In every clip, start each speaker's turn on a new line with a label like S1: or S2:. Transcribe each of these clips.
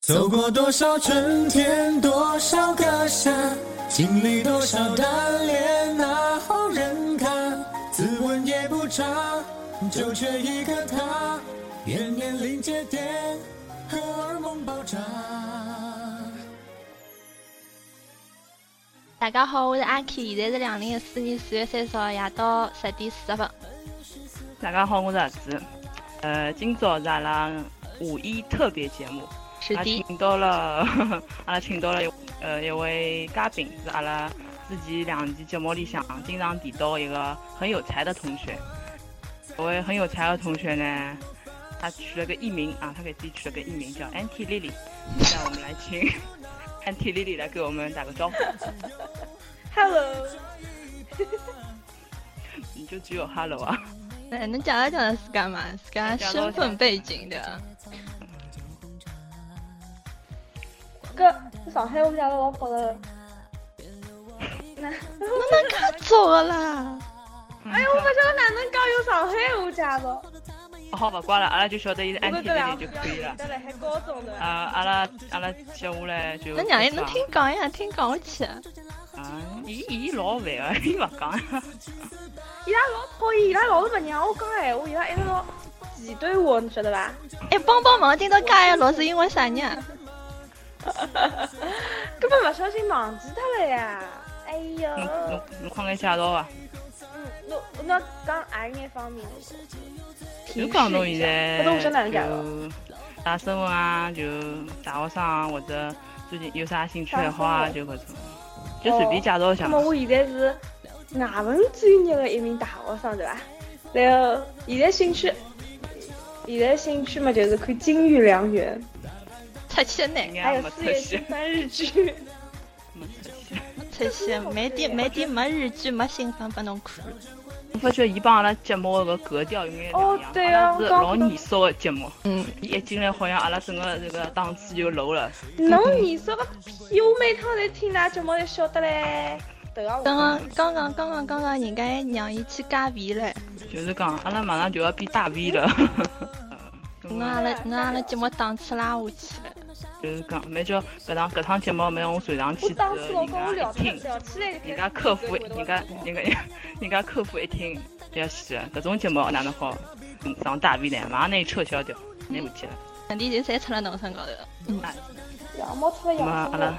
S1: 走过多少春天，多少个夏，经历多少单恋，哪后人看？自问也不差，就缺一个他，年年临界点，荷尔蒙爆炸。
S2: 大家好，我是阿 K，现在是两零一四年四月三十号夜到十点四十分。
S3: 大家好，我是阿子。呃，今朝是阿拉五一特别节目，
S2: 是
S3: 阿拉
S2: 的，
S3: 请到了， 阿拉请到了一呃一位嘉宾，是阿拉之前两期节目里向经常提到一个很有才的同学。这位很有才的同学呢，他取了个艺名啊，他给自己取了个艺名叫 Anti Lily。现在我们来请 Anti Lily 来给我们打个招呼，
S4: Hello，
S3: 你就只有 Hello 啊。
S2: 哎，侬讲了讲了自家嘛，自家
S3: 讲
S2: 身
S3: 了
S2: 份
S3: 讲
S2: 背景对伐？
S4: 搿上海话讲了老好的。那
S2: 侬能卡走的啦？
S3: 哎
S4: 我不晓得哪能讲有上海话讲咯，
S3: 好不怪了，阿拉就晓得伊是
S4: 我
S3: Anti
S4: 搿两
S3: Lily 就
S4: 个
S3: 可以了。
S4: 得辣海高中的。
S3: 啊，阿拉阿拉接下来就
S2: 侬让伊
S3: 开始
S2: 侬
S3: 啊
S2: 听讲呀，听讲去。
S3: 啊，伊伊老烦啊， 伊勿讲 啊。
S4: 伊拉老讨厌，伊拉老是勿让我讲闲话，伊拉一直老挤兑我，你晓 得伐？
S2: 哎，帮帮忙，今朝加一老是因为啥呢？
S4: 根本勿小心忘记脱了呀。哎哟，
S3: 侬侬侬快眼介绍伐？
S4: 嗯，侬侬讲阿眼方面，嗯
S3: 就讲侬现
S4: 提示
S3: 在
S4: 一下搿种是哪能讲
S3: 就啥生活啊，就大学生啊，或者最近有啥兴趣爱好啊，
S4: 啥
S3: 就搿种，就随便介绍一下
S4: 哦那
S3: 嘛
S4: 么。我现在是外文专业的一名大学生，对伐？然后现在兴趣，现在兴趣嘛就是看《金玉良缘
S2: 出去呢，
S3: 人》，家
S4: 还有
S3: 没
S4: 四
S3: 出
S4: 月
S3: 息
S4: 新，番日剧。
S3: 没出息。
S2: 出去没点没点没日剧没新番拨侬看。
S3: 我发觉伊帮阿拉节目的搿格调有眼两
S4: 哦
S3: 样，
S4: 对
S3: 阿
S4: 啊
S3: 拉是
S4: 我刚
S3: 老
S4: 刚
S3: 严肃的节目，
S2: 嗯，
S3: 伊一进来好像阿拉整个这个档次就 low 了。
S4: 侬你说个屁！我每趟侪听㑚节目侪晓得嘞。头啊，
S2: 刚
S4: 我
S2: 刚刚刚刚刚刚刚人家还让伊去加肥嘞。
S3: 就是讲，阿拉马上就要变大 V 了。
S2: 侬阿拉侬阿拉节目档次拉下去了，
S3: 就是讲，没叫搿趟搿趟节目没让我传上去
S4: 我
S3: 之后，
S4: 当时老
S3: 人
S4: 跟
S3: 家
S4: 我聊
S3: 一听，
S4: 聊起来就开始
S3: 人家客服，
S4: 对我的
S3: 人家人家人家客服一听，不要死了，搿种节目哪能好嗯上大 V 呢？马上拿伊撤销掉，拿回去了。
S2: 问题就侪出了侬身高头。嗯，
S4: 羊毛出了
S3: 那么
S4: 羊
S3: 阿
S4: 身
S3: 拉
S4: 了。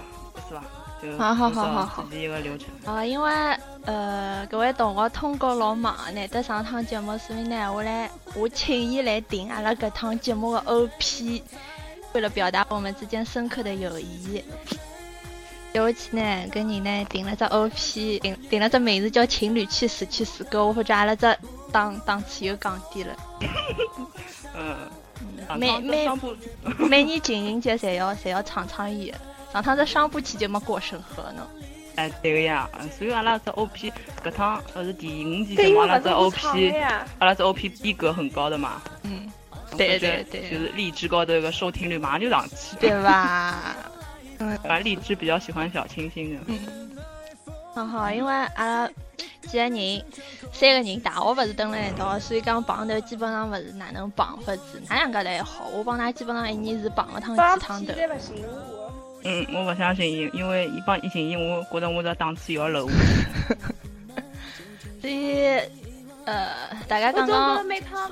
S3: 是伐？就
S2: 好好
S3: 按照
S2: 好好
S3: 自己一个流程。
S2: 好，啊因为呃，各位同学通告老忙，难得上趟节目，所以呢，我来我请伊来定阿拉搿趟节目的 OP，为了表达我们之间深刻的友谊。尤其呢，跟你呢定了只 OP，定定了只名字叫《情侣去死去死》，搿我发觉阿拉这档档次又降低了。
S3: 嗯，啊
S2: 每
S3: 当
S2: 每
S3: 当部
S2: 每年情人节侪要侪要唱唱伊的，上趟这商务期节没过审核呢。
S3: 哎对个呀，嗯所以阿拉只 OP 搿趟勿是第五期
S4: 对，
S3: 节
S4: 因
S3: 目，
S4: 为
S3: 阿拉
S4: 勿是
S3: 只
S4: 不唱的
S3: OP
S4: 呀。
S3: 阿拉只 OP 逼格很高的嘛。
S2: 嗯，对
S3: 我觉得
S2: 对对
S3: 就是荔枝高头一个收听率马上就上去。
S2: 对吧？
S3: 反正荔枝比较喜欢小清新的。
S2: 好好，因为阿拉呃几个人，三个人大学勿是蹲辣一道，所以讲碰头基本上勿是哪能碰法子，哪两家头还好。我帮㑚基本上一年哎是碰勿趟
S4: 帮
S2: 几趟头
S4: 屁。侪勿行我。
S3: 嗯，我不相信伊，因为伊帮疫情伊，我觉得我这档次要 low。
S2: 所以，呃，大家
S4: 我
S2: 刚
S4: 总觉
S2: 刚
S4: 得每趟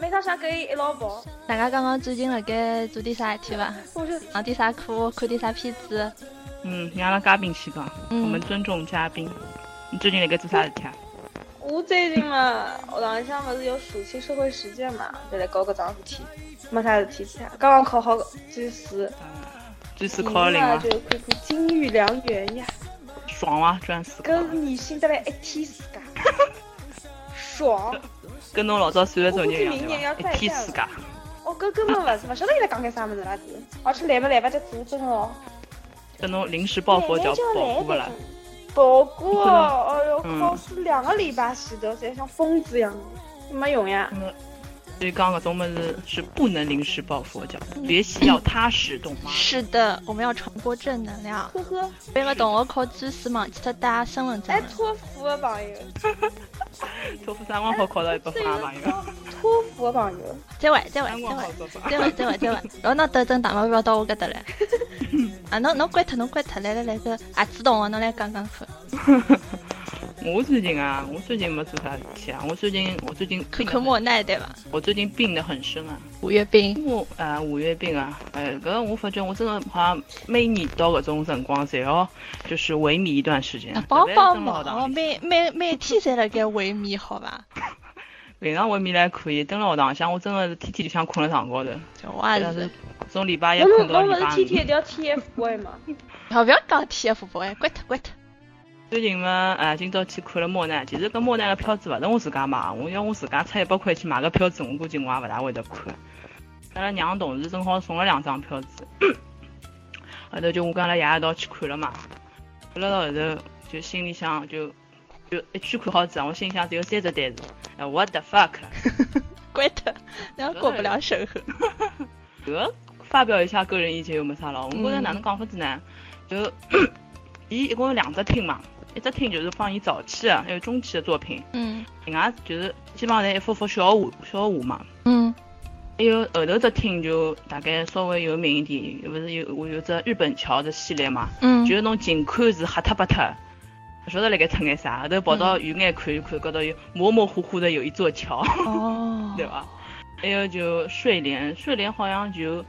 S4: 每趟想跟伊一道跑，
S2: 大家刚刚最近辣盖做点啥事体伐？
S4: 我就
S2: 上点啥课？看点啥片子？
S3: 嗯，让拉嘉宾去讲，我们
S2: 嗯，
S3: 尊重嘉宾。你最近在该做啥事体啊？
S4: 我最近嘛，学堂里向勿是有暑期社会实践嘛，就来搞搿桩事体，没啥事体去啊。刚刚考好技师，
S3: 最是
S4: 闲
S3: 考零
S4: 嘛
S3: 啊
S4: 就，看看《金玉良缘》呀，
S3: 爽啊，赚死！
S4: 搿是迷信得来一天自家，爽！
S3: 跟侬老早算的作业一
S4: 我估计明年
S3: 样
S4: 要
S3: 对
S4: 再
S3: 吧？一天
S4: 干
S3: 世界，
S4: 哦，搿根本勿是，勿晓得伊拉讲眼啥物事啦子，而且来勿来勿就做真哦，
S3: 跟侬临时抱佛
S4: 来
S3: 脚
S4: 来就
S3: 保护不
S4: 来
S3: 啦
S4: 的。。保护哦，哎哟，
S3: 嗯
S4: 考试两个礼拜前头，侪像疯子一样，没用呀。
S3: 所以讲搿种么子是不能临时抱佛脚，学习要踏实，懂吗？
S2: 是的，我们要传播正能量。
S4: 呵呵，哎
S2: 我
S3: 哎
S2: 有个同学考技师忘记脱带身份证
S4: 还
S2: 了。
S4: 托福的朋友，
S3: 托福三光好考到一百分啊，朋
S4: 哎
S3: 友。
S4: 托福的朋友，
S2: 再玩，再玩，
S3: 三
S2: 再
S3: 光
S2: 玩
S3: 好。多分。
S2: 再玩，再玩，再玩。然后拿斗争打目标到我搿搭 来。啊，侬侬关脱，侬关脱，来来来，搿啊阿子同哦学，侬来讲讲看。
S3: 我最近啊，我最近没做啥事体啊，我最近我最近
S2: 可
S3: 病得
S2: 可
S3: 很
S2: 莫奈 对伐？
S3: 我最近病得很深啊。
S2: 五月病，
S3: 我啊，五月病啊，呃，搿个我发觉我真的好像每年到搿种辰光，侪要就是萎靡一段时间
S2: 啊。
S3: 特
S2: 帮
S3: 别是
S2: 帮
S3: 蹲辣学堂
S4: 哦
S2: 忙，
S3: 里
S2: 哦每每每天侪辣盖萎靡，好伐？
S3: 平常萎靡还可以，蹲辣学堂里向，我真的是天天就想困辣床高头，
S2: 就我也
S3: 但
S2: 是
S3: 是。从礼拜一
S4: 侬
S3: 困
S4: 侬
S3: 到
S4: 侬
S3: 礼
S4: 勿
S3: 拜
S4: 是天天一
S3: 五。
S4: 定要 TFBOY 吗？
S2: 好，不要讲 TFBOY，关脱关脱。
S3: 最近嘛，呃，今朝去看了莫奈，其实搿莫奈个票子勿是我自家买，我要我自家出一百块去买个票子，我估计我也勿大会得看。阿拉娘同事正好送了两张票子， 后头就我跟阿拉爷一道去看了嘛。看了到后头，就心里想就就一句看好字啊，我心里想只有三只单词，哎，what the fuck！
S2: 关脱，那过不了审核。
S3: 搿个发表一下个人意见又没啥了。我觉着哪能讲法子呢？就 伊一共有两只厅嘛，一只厅就是放伊早期的还有中期的作品，
S2: 嗯
S3: 另外就是基本上侪一幅幅小画小画嘛。
S2: 嗯
S3: 还有后头只厅就大概稍微有名一点，又勿是有我有只日本桥的系列嘛，
S2: 嗯
S3: 就是侬近看是黑特白特，勿晓得辣盖出眼啥，后头跑到远眼看一看，觉得有模模糊糊的有一座桥。
S2: 哦
S3: 对吧？还有就睡莲，睡莲好像就出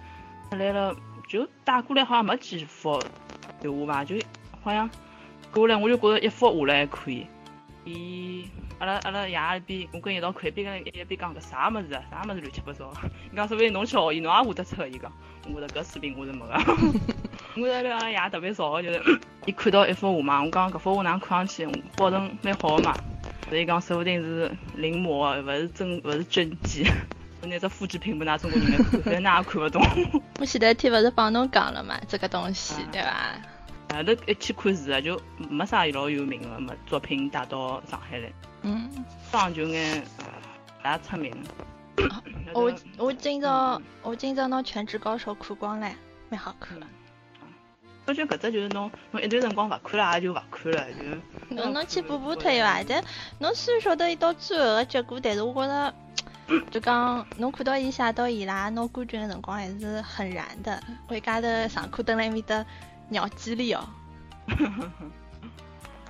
S3: 来了，就带过来好像没几幅对画吧，就好像过来我就觉着一幅下来还可以。伊阿拉阿拉爷一边，我跟伊一道看，一边跟伊一边讲搿啥物事啊， 啥物事乱七八糟。伊讲说勿定侬去学伊，侬也画得出。伊讲，我觉着搿水平我是没个。 我觉着阿拉爷特别少个，就是 伊看到一幅画嘛，我讲搿幅画哪能看上去保存蛮好个嘛。所以讲，说不定是临摹啊的，勿是真，勿是真迹。 我拿只复制品拨㑚中国人来看， 反正㑚也看勿懂。
S2: 我前头天不是帮侬讲了嘛，这个东西对伐？
S3: 后头一去看是啊，就没啥老有名个么作品带到上海来，
S2: 嗯，
S3: 上就眼呃勿大出 名。
S4: 哦
S2: 我我今朝我今朝拿《全职高手》看光了，蛮好看的。
S3: 嗯我觉得搿只就是侬侬一段辰光勿看了，也就勿看了，就
S2: 侬侬去补补它伊伐？但侬虽然晓得伊到最后个结果，但是我觉着，就讲侬看到伊写到伊拉拿冠军的辰光，还是很燃的。我一家头上课蹲辣埃面搭鸟叽里哦。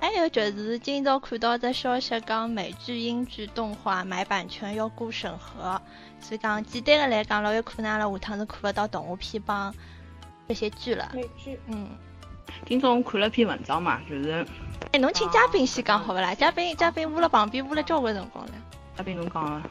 S2: 还有就是今朝看到只消息，讲美剧、英剧、动画买版权要过审核，所以讲简单的来讲，老有可能阿拉下趟是看勿到动画片帮这些剧了。
S4: 美剧
S2: 嗯。
S3: 今朝我看了篇文章嘛，就是
S2: 哎，侬请嘉宾先讲好勿啦？嘉宾嘉宾捂了旁边捂了交关辰光了。
S3: 阿斌侬讲啊，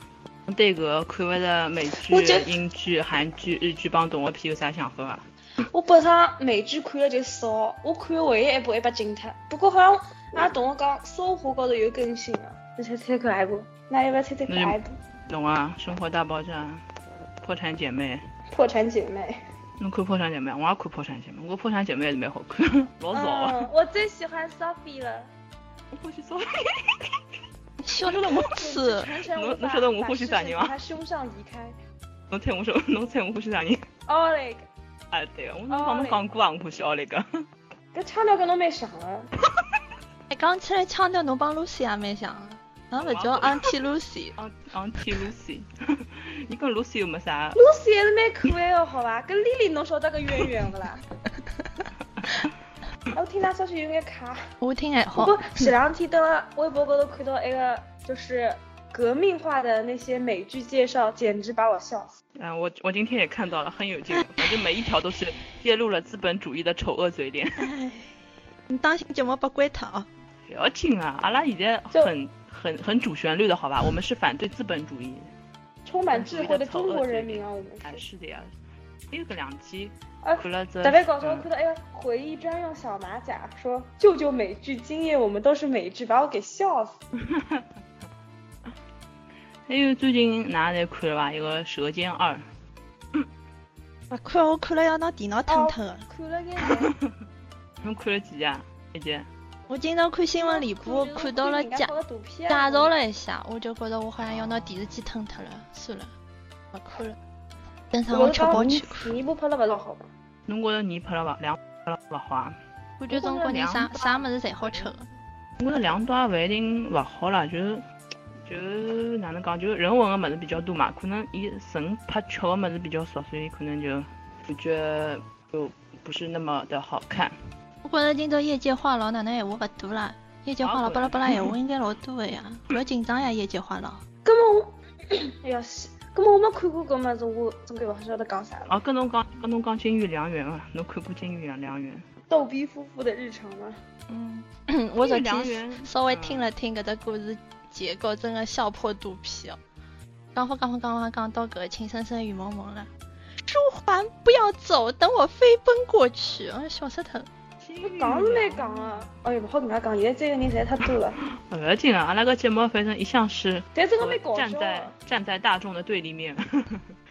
S3: 侬对搿个看勿着美剧
S4: 我觉、得
S3: 英剧、韩剧、日剧帮动画片有啥想法啊伐？
S4: 我本上美剧看了就少，我看的唯一一部一把惊脱。不过好像阿拉同学讲，搜狐高头有更新了。你猜猜看哪一部？那要不要猜猜看哪一部？
S3: 侬啊，《生活大爆炸》《破产姐妹
S4: 破产姐妹。》，
S3: 侬看《破产姐妹》，我也看《破产姐妹》，我觉得《破产姐妹》还是蛮好看， 老早啊。
S4: 嗯，我最喜欢 Sophie 了。
S3: 我欢喜说，
S2: 笑了我 次，
S4: 全程
S3: 侬
S4: 无法
S3: 侬晓得我
S4: 把
S3: 欢喜
S4: 视
S3: 啥
S4: 线
S3: 人吗
S4: 从他胸上移开。
S3: 侬猜我说，侬猜我欢喜啥人？
S4: 哦嘞，
S3: 啊，对个，我是帮侬讲过啊，我欢喜奥利个。
S4: 搿腔调跟侬蛮像的。
S2: 哎，讲起来腔调侬帮 Lucy 啊也蛮像的，侬勿叫 Auntie Lucy，
S4: 哦
S3: 昂 昂 T 哦 Lucy，伊跟 Lucy 又没啥，
S4: Lucy 还是蛮可爱的，好伐？跟 Lily 侬晓得搿渊源 勿啦？哎我听她消息有眼卡。
S2: 我听哦还
S4: 不
S2: 好。
S4: 过前两天登了微博高头看到一个就是革命化的那些美剧介绍，简直把我笑死。
S3: 嗯、我我今天也看到了，很 有劲，反正每一条都是揭露了资本主义的丑恶嘴脸。
S2: 哎，你当心节目被关脱哦。
S3: 不要紧啊，阿拉现在
S4: 就
S3: 很很很主旋律的好吧？我们是反对资本主义。
S4: 充满智慧的中国人民啊，我们
S3: 哎，
S4: 是。
S3: 是的呀。还有个两期
S4: 啊
S3: 看了这，
S4: 特别搞笑，
S3: 嗯
S4: 看到哎个回忆专用小马甲，说救救美剧，今夜我们都是美剧，把我给笑死。
S3: 还有最近哪来看了吧？一个《舌尖二》，
S2: 勿看我看了要拿电脑啊吞脱的。
S4: 看了眼眼，
S3: 你们看了几集啊？一集。
S2: 我今朝看新闻联播，看哦到了
S4: 人
S2: 介
S4: 家
S2: 介
S4: 放个图片啊
S2: 绍。了一下，我就觉着我好像要拿电视机吞脱了，算了，勿看了。等上我吃
S4: 刚
S2: 饱
S4: 刚
S2: 去
S4: 你
S2: 看。
S4: 你一部拍了不老好吗？
S3: 侬觉着泥拍了伐？凉拍了勿好啊？
S2: 感觉中国人啥啥物事侪好吃的。
S3: 我觉着凉拌也勿一定勿好啦，就是就是哪能讲，就是人文个物事比较多嘛，可能伊纯拍吃个物事比较少，所以可能就感觉就不是那么的好看。
S2: 我觉着今朝业界话痨哪能闲话勿多啦，业界
S3: 啊
S2: 话痨巴拉巴拉闲话应该老多个呀，勿要紧张呀，业界话痨。
S4: 咁么我，哎呀是，咁么我没看过搿么子，我真个勿晓得讲啥了。
S3: 哦，跟侬讲，跟侬讲《金玉良缘》伐？侬看过《金玉良缘》？
S4: 逗逼夫妇的日常吗？
S2: 嗯，我昨
S3: 良
S2: 天
S3: 缘
S2: 稍微
S3: 嗯
S2: 听了听搿只故事结构，真的笑破肚皮哦。讲法讲法讲法讲到搿情深深雨蒙蒙了，书桓不要走，等我飞奔过去。嗯，笑死脱。
S4: 讲是蛮讲个，哎哟，勿好搿能介讲，现在追个人实在太多了，
S3: 不要紧啊，阿拉个节目反正一向是
S4: 但真个蛮搞
S3: 站
S4: 笑啊
S3: 在
S4: 的。
S3: 站在大众的对立面。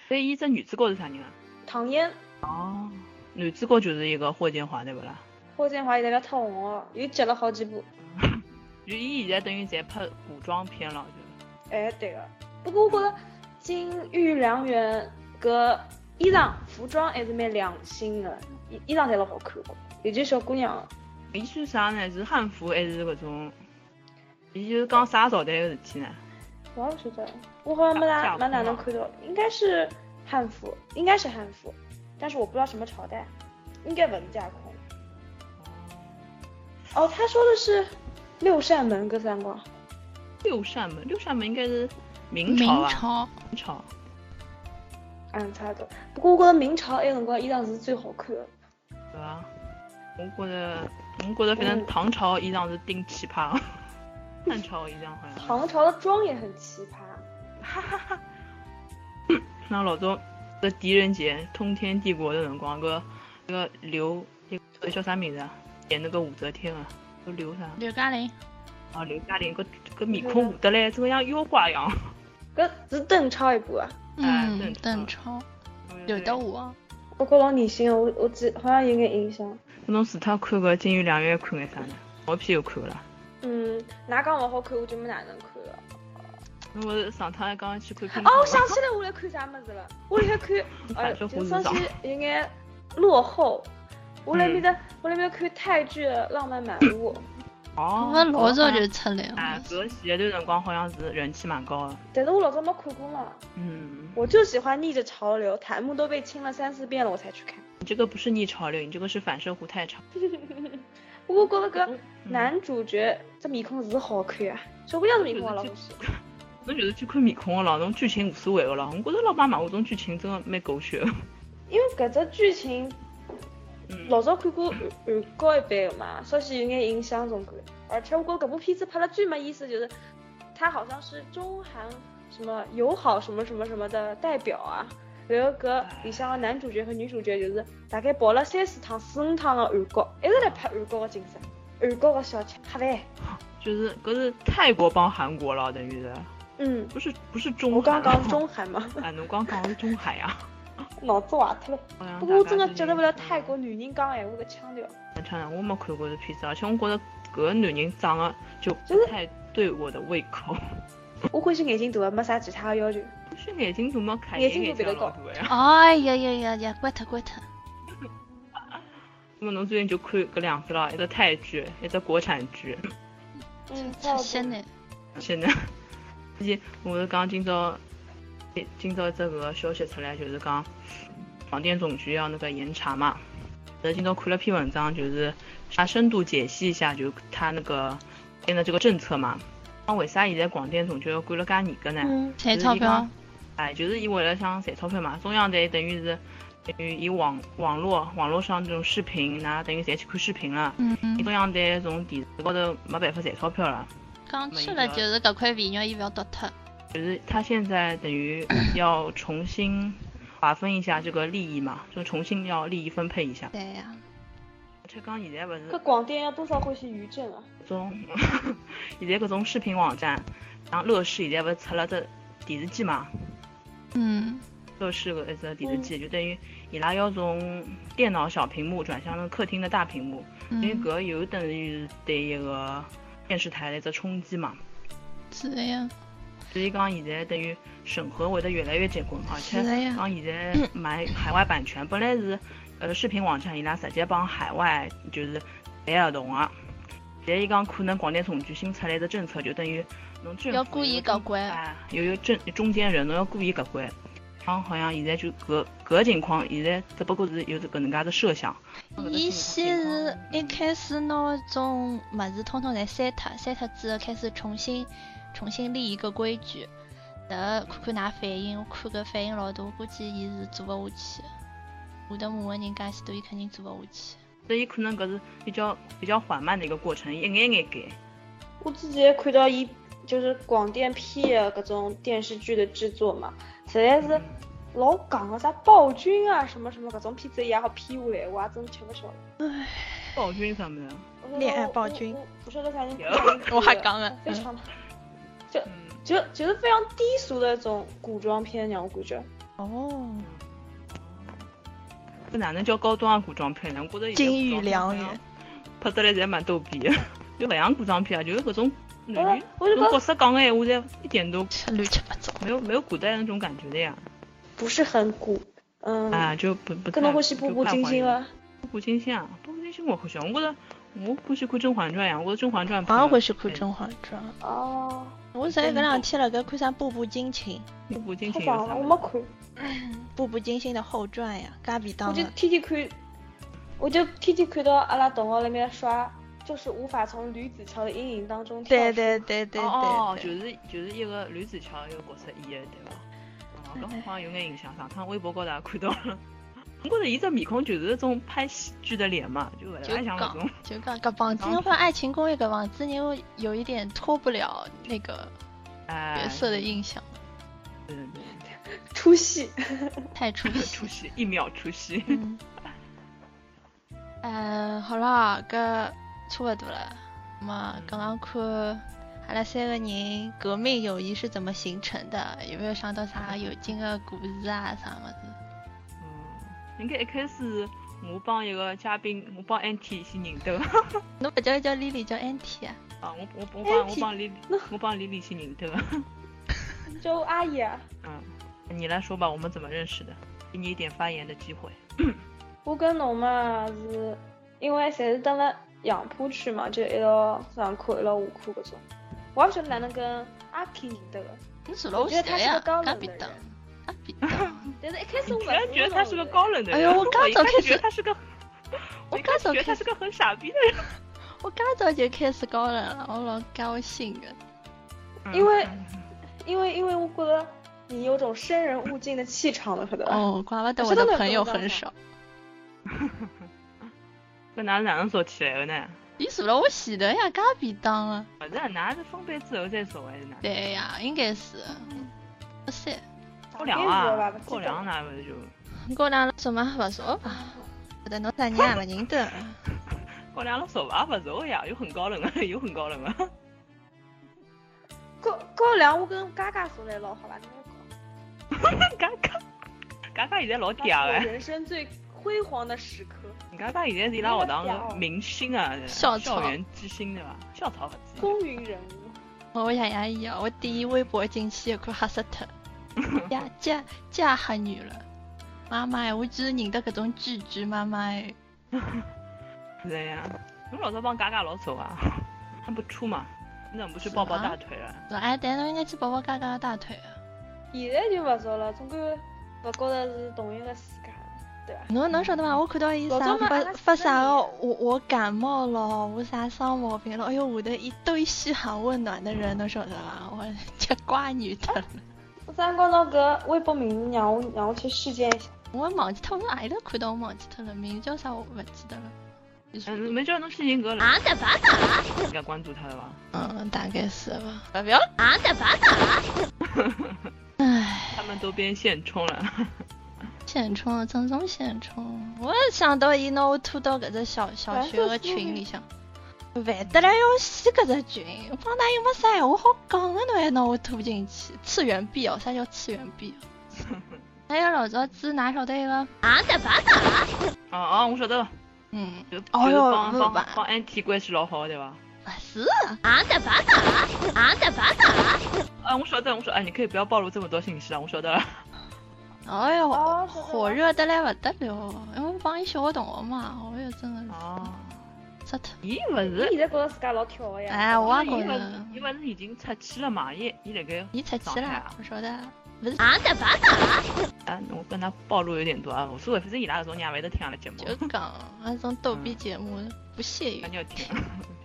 S3: 所以伊只女主角是啥人啊？
S4: 唐嫣、
S3: 哦，女主角就是一个霍建华对不啦？
S4: 霍建华现在要太红哦，又接了好几部。
S3: 就伊现在等于在拍古装片了，我
S4: 哎，对个。不过我觉着金玉良缘搿衣裳、服装还是蛮良心的，衣衣裳侪老好看的，尤其小姑娘。
S3: 觉得。伊算啥呢？是汉服还是搿种？伊就是讲啥朝代个事体呢？
S4: 我也不晓得，我好像没
S3: 夏
S4: 哪
S3: 夏服
S4: 没哪能
S3: 吗
S4: 看到，应该是汉服，应该是汉服，但是我不知道什么朝代，应该文架空。哦，他说的是六扇门搿三个，
S3: 六扇门，六扇门应该是明
S2: 明
S3: 朝吧？啊
S2: 朝，
S3: 明朝。
S4: 嗯，差不多。不过我觉得明朝埃辰光衣裳是最好看的。
S3: 对伐？我觉着，我觉着反
S4: 嗯
S3: 正唐朝衣裳是顶奇葩 的，汉朝衣裳好像。
S4: 唐朝的妆也很奇葩，
S3: 那老早搿狄仁杰通天帝国的辰光，搿那个刘，那个叫啥名字啊？演那个武则天啊，叫刘啥？
S2: 刘嘉玲。
S3: 啊，刘嘉玲，搿搿面孔捂得嘞，真个像妖怪一样。
S4: 搿是邓超一部啊，
S3: 哎
S2: 嗯，
S3: 邓
S2: 邓超，刘德。武哦。
S4: 我觉老女性的，我我记好像有眼印象。
S3: 搿侬除脱看搿《金玉良缘》看眼啥呢？毛片又看勿啦？
S4: 嗯，哪讲勿好看，我就没哪能看了。
S3: 侬勿是上趟还讲去看乒乓
S4: 哦，
S3: 吗
S4: 我想起来我来看啥么子了，我来看，呃，
S3: 反
S4: 就
S3: 射弧
S4: 是
S3: 度
S4: 稍
S3: 上
S4: 许有眼落后。我来面的，我来面看泰剧的《浪漫满屋》，
S3: 哦，
S2: 我老早
S3: 哦
S2: 就出来
S3: 啊，
S2: 了。
S3: 搿前一段辰光好像是人气蛮高的。
S4: 但是我老早没看过嘛，
S3: 嗯，
S4: 我就喜欢逆着潮流，弹幕都被清了三四遍了，我才去看。
S3: 你这个不是逆潮流，你这个是反射弧太长。
S4: 不过觉得搿
S3: 嗯
S4: 男主角这面孔是好看啊，小姑娘这面
S3: 嗯
S4: 孔我老欢喜。
S3: 侬就是去看面孔的咯，侬剧情无所谓的咯。我觉得老妈妈，我种剧情真的蛮狗血的。
S4: 因为搿只剧情
S3: 嗯，
S4: 老早看过韩韩国一版的嘛，稍许有眼印象总归。而且我觉得搿部片子拍了最没意思，就是它好像是中韩什么友好什么什么什么的代表啊。然后搿里向的男主角和女主角就是大概跑了三四趟、四五趟的韩国，一直在拍韩国的景色、韩国的小吃、黑饭。
S3: 就是搿是泰国帮韩国了，等于是，
S4: 嗯，
S3: 不是不是中
S4: 我刚刚
S3: 韩
S4: 中韩嘛，
S3: 啊，侬刚讲的是中海呀、
S4: 脑子坏脱了。
S3: 好像
S4: 不过我
S3: 大
S4: 真
S3: 家
S4: 的
S3: 最
S4: 接受
S3: 近
S4: 不了泰国女人讲闲话的腔调。
S3: 我承认我没看过这片子，而且我觉得搿个男人长得就不
S4: 就是
S3: 太对我的胃口。
S4: 我欢喜眼睛大的，没啥其他的要求。
S3: 就是眼睛怎么看？
S4: 眼睛就
S3: 比
S4: 比
S3: 较
S4: 较
S3: 高
S4: 高
S3: 对啊呀。
S2: 哎呀呀呀呀！关脱关脱。
S3: 那么侬最近就看搿两只了，一只泰剧，一只国产剧。
S4: 嗯，
S2: 出息呢？
S3: 现在，最近我是讲今朝，今今朝这个消息出来，就是讲广电总局要那个严查嘛。呃，今朝看了篇文章，就是他深度解析一下，就是他那个现在这个政策嘛。那为啥现在广电总局要管了介严格呢？
S4: 嗯，
S2: 赚钞票。
S3: 哎，就是伊为了想赚钞票嘛，中央台等于是等于以网网络网络上这种视频，那等于侪去看视频了。
S2: 嗯嗯
S3: 伊。中央台从电视高头没办法赚钞票了。
S2: 讲穿了就是搿块肥肉，伊勿要剁脱。
S3: 就是他现在等于要重新划分一下这个利益嘛，就重新要利益分配一下。
S2: 对呀、
S3: 这刚现在不是
S4: 搿广电要多少欢喜于正啊？
S3: 搿种， 现在搿种视频网站，像乐视现在不是出了只电视机嘛，
S2: 嗯，
S3: 乐视搿一只电视机就等于伊拉要从电脑小屏幕转向那客厅的大屏幕，因为
S2: 嗯，
S3: 搿有等于是对一个电视台的一只冲击嘛。
S2: 是的呀。
S3: 所以讲现在等于审核会得越来越结棍，而且
S2: 是的呀
S3: 讲现在买海外版权，本来是呃视频网站伊拉直接帮海外就是谈合同啊，现在伊讲可能广电总局新出来的政策就等于侬政
S2: 要
S3: 府
S2: 故
S3: 有
S2: 意
S3: 个中
S2: 搞怪
S3: 哎，有一个中中间人，侬要故意搿关。然后好像现在就搿搿情况，现在只不过是有这搿能介的设想。
S2: 伊先是一
S3: 一
S2: 开始拿种物事统统侪删脱，删脱之后开始重新重新立一个规矩，然后看看㑚反应，我看搿反应老大，我估计伊是做勿下去的。我的骂个人介许多，伊肯定做勿下去。
S3: 所以可能搿是比较比较缓慢的一个过程，一眼眼改。
S4: 我之前看到伊就是广电批的各种电视剧的制作嘛，实在是老戆个啥暴君啊什么什么各种片子也好批下来，我也真吃不消了。
S3: 暴君什么的，
S4: 我说
S2: 恋爱
S4: 我
S2: 暴君
S4: 我我不晓得啥人
S3: 有
S2: 我还讲了，
S4: 非
S2: 嗯
S4: 常
S3: 嗯，
S4: 就就是非常低俗的一种古装片，让我感觉。
S2: 哦，
S3: 搿哪能叫高端的古装片呢？我觉得现在
S2: 金玉
S3: 古装片
S2: 良
S3: 好像
S2: 缘
S3: 拍得来侪蛮逗 比的，就勿像古装片啊，就是搿种
S4: 嗯
S3: 男女
S4: 哦我就
S3: 搿种
S4: 觉
S3: 角
S4: 得
S3: 色讲个闲话侪一点都
S2: 乱七八糟。
S3: 没有没有古代那种感觉的呀，
S4: 不是很古，嗯，
S3: 啊，就不不
S4: 跟
S3: 太
S4: 侬欢喜步步惊心？啊
S3: 就
S4: 伐？
S3: 不太还原步步惊心啊，步步惊心我欢喜，我觉得我欢喜看《甄嬛传》呀，我觉得《甄嬛传》
S2: 我也欢喜看《甄嬛传》，
S4: 哦，
S2: 我现在搿两天辣盖看啥《步步惊心
S3: 哎步步惊
S4: 太
S3: 心有啥
S4: 棒了，我
S3: 问
S4: 没
S3: 题？
S4: 看，》，
S2: 《步步惊心》的后传呀，嘎比
S4: 我
S2: 当
S4: 就
S2: 了。
S4: 天天看，我就天天看到阿拉同学那边刷，就是无法从吕子乔的阴影当中跳出。
S2: 对对对对
S3: 哦，
S2: 对
S3: 就
S2: 对，
S3: 是就是一个吕子乔一个角色演的，对伐？哦，搿好像有眼印象，上趟微博高头也看到了。我觉着伊只面孔就是那种拍喜剧的脸嘛，就勿
S2: 就
S3: 大像那种
S2: 讲。就讲搿房子，要不然《爱情公寓》搿房子，你又有一点脱不了那个
S3: 哎，
S2: 角色的印象，
S3: 对对对，
S4: 出戏。
S2: 太出戏
S3: 出。戏一秒出戏。
S2: 嗯，呃，好啦，搿差勿多了。那么刚刚看阿拉三个人革命友谊是怎么形成的？有没有想到啥有劲的故事啊，啥么子？
S3: 嗯，应该一开始我帮一个嘉宾，我帮 NT 先认得
S2: 侬勿叫伊叫丽丽，叫 Anty 啊？
S3: 啊，我我我帮
S4: NT
S3: 我帮李李，我帮李李先认得。
S4: 就阿姨啊，
S3: 嗯，你来说吧，我们怎么认识的？给你一点发言的机会。
S4: 我跟侬嘛是，因为侪是蹲辣杨浦区嘛，就一道上课一道下课搿种。我也勿晓得哪能跟阿 K 认得个，
S2: 你除了我
S4: 我觉得他是
S2: 呀
S4: 个？高
S2: 嘎
S4: 冷
S2: 比
S4: 的人
S2: 当，嘎比当。
S4: 但是一开始
S3: 你
S4: 我
S3: 居然觉得他是个高冷的人？
S2: 哎呦我刚
S3: 一
S2: 走
S3: 开
S2: 开
S3: 始觉
S2: 始
S3: 得他是个，
S2: 我
S3: 一
S2: 刚
S3: 开始
S2: 走
S3: 觉得
S2: 开
S3: 他
S2: 始
S3: 是个很傻逼的人。
S2: 我刚早就开始高冷了，我老高兴的。
S3: 嗯
S4: 因为因为因为我觉得你有种生人勿近的气场了，晓得吧？
S2: 哦，怪不得
S4: 哎我
S2: 我
S4: 真
S2: 的
S4: 的
S2: 朋
S4: 有
S2: 友
S4: 这种
S2: 很少。
S4: 想
S3: 搿哪哪能做起嗯来的呢？
S2: 伊除了我前头呀，噶便当啊。
S3: 反正哪是分配之后再说还是哪？
S2: 对呀、应该是。不是，
S3: 过凉啊，过凉哪不就
S2: 我俩什么不说吧？不得侬啥人也不认得。
S3: 过凉了说吧，不说呀，有很高冷啊， 有很高冷啊。
S4: 高高粱，我跟嘎嘎说来老好吧，那
S3: 嘎嘎，嘎嘎现在老
S4: 个
S3: 嗲
S2: 啊
S4: 我
S3: 哎，
S4: 人生最辉煌的时刻，
S3: 嘎嘎现在是伊拉学堂的明星啊，
S2: 校草
S3: 校园之星对伐？校草勿止，
S4: 风云人物。
S2: 我我爷爷伊哦，我第一微博进去一看吓 死脱，嫁嫁嫁黑女了。妈妈哎，我只是认得搿种句句妈妈哎。
S3: 是的呀。侬老早帮嘎嘎老熟啊，他不出嘛？你怎么不去抱抱大腿了？
S2: 说哎，但侬应该去抱抱嘎嘎的大腿啊。
S4: 现在就勿少了，总归勿觉着是同一个世界，对伐？
S2: 侬能晓得伐？我看到伊
S4: 老
S2: 啥
S4: 早嘛阿
S2: 发
S4: 拉
S2: 发
S4: 四
S2: 啥
S4: 个
S2: 个
S4: 人
S2: 我我感冒了，我啥伤毛病了，哎呦，下头一堆嘘寒问暖的人，侬晓得伐？我吃瓜女的 了，
S4: 我三光到搿微博名字让我让我去试见一下。
S2: 我忘记脱，我阿里头看到我忘记脱了，名字叫啥我勿记得了。
S3: 嗯，没叫侬去人格
S2: 啊
S3: 了，
S5: あんたバカ
S3: 应该关注他的伐？
S2: 嗯，大概是吧。啊不要，
S5: あんたバカ
S2: 唉，
S3: 他们都变现充了，
S2: 现充了，正宗现充。我也想到伊拿我拖到搿只小小学个群里向，烦得来要死搿只群，帮㑚又没啥闲话好讲个，侬还拿我拖进去，次元壁哦，啥叫次元壁哦？还有老早子哪晓得一个，
S5: あんたバカ
S3: 哦哦，我晓得了，
S2: 嗯，
S3: 就
S2: 哦
S3: 就是
S2: 哟
S3: 帮
S2: 不
S3: 帮
S2: 吧
S3: 帮 NT 关系老好的对伐？
S2: 不哎是，
S5: あんたバカあんたバカ
S3: 啊，我晓得，我说，哎，你可以不要暴露这么多信息了，我晓得了。
S2: 哎哟，
S4: 哦晓得
S2: 火
S4: 了
S2: 热得来不得了，因为我帮伊小学同学嘛，我也真的是。
S3: 哦，
S2: 死脱！
S3: 伊勿
S4: 伊
S3: 是
S4: 现在觉着自家老跳的呀。
S2: 哎，我也
S3: 伊
S2: 觉
S3: 勿
S2: 着
S3: 是，伊勿是已经出去了嘛？伊伊辣盖
S2: 伊出去
S3: 上海
S2: 了
S3: 啊，
S2: 我晓得，勿是
S6: 俺的巴达，
S3: 啊，我跟他暴露有点多啊，无所谓，反正伊拉搿种人也勿会得听阿拉节目，
S2: 就讲那种逗
S3: 嗯
S2: 逼节目不屑于
S3: 肯定要听，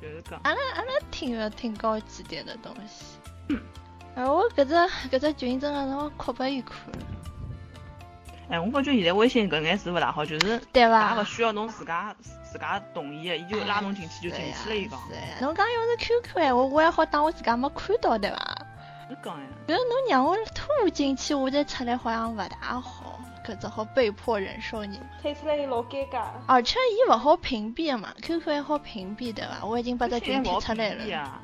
S3: 就是讲
S2: 阿拉阿拉听要听高级点的东西。
S3: 嗯
S2: 哎，我搿只搿只群真的让我哭拨伊看了，
S3: 哎，我感觉现在微信搿眼是勿大好，就是
S2: 对
S3: 大家勿
S2: 伐？
S3: 需要侬自家自家同意的，伊就拉侬进去就进去了。伊讲，
S2: 是呀侬讲要是 QQ 闲话，哎我还好当我自家没看到对伐？
S3: 是讲呀，
S2: 搿侬让我突进去，我再出来好像勿大好，搿只好被迫忍受人。
S4: 退出来伊老尴尬。
S2: 而且伊勿好屏蔽的嘛，QQ 还好屏蔽对伐？我已经把这群
S3: 现在
S2: 踢
S3: 勿
S2: 出来
S3: 好比喻
S2: 了，
S3: 啊。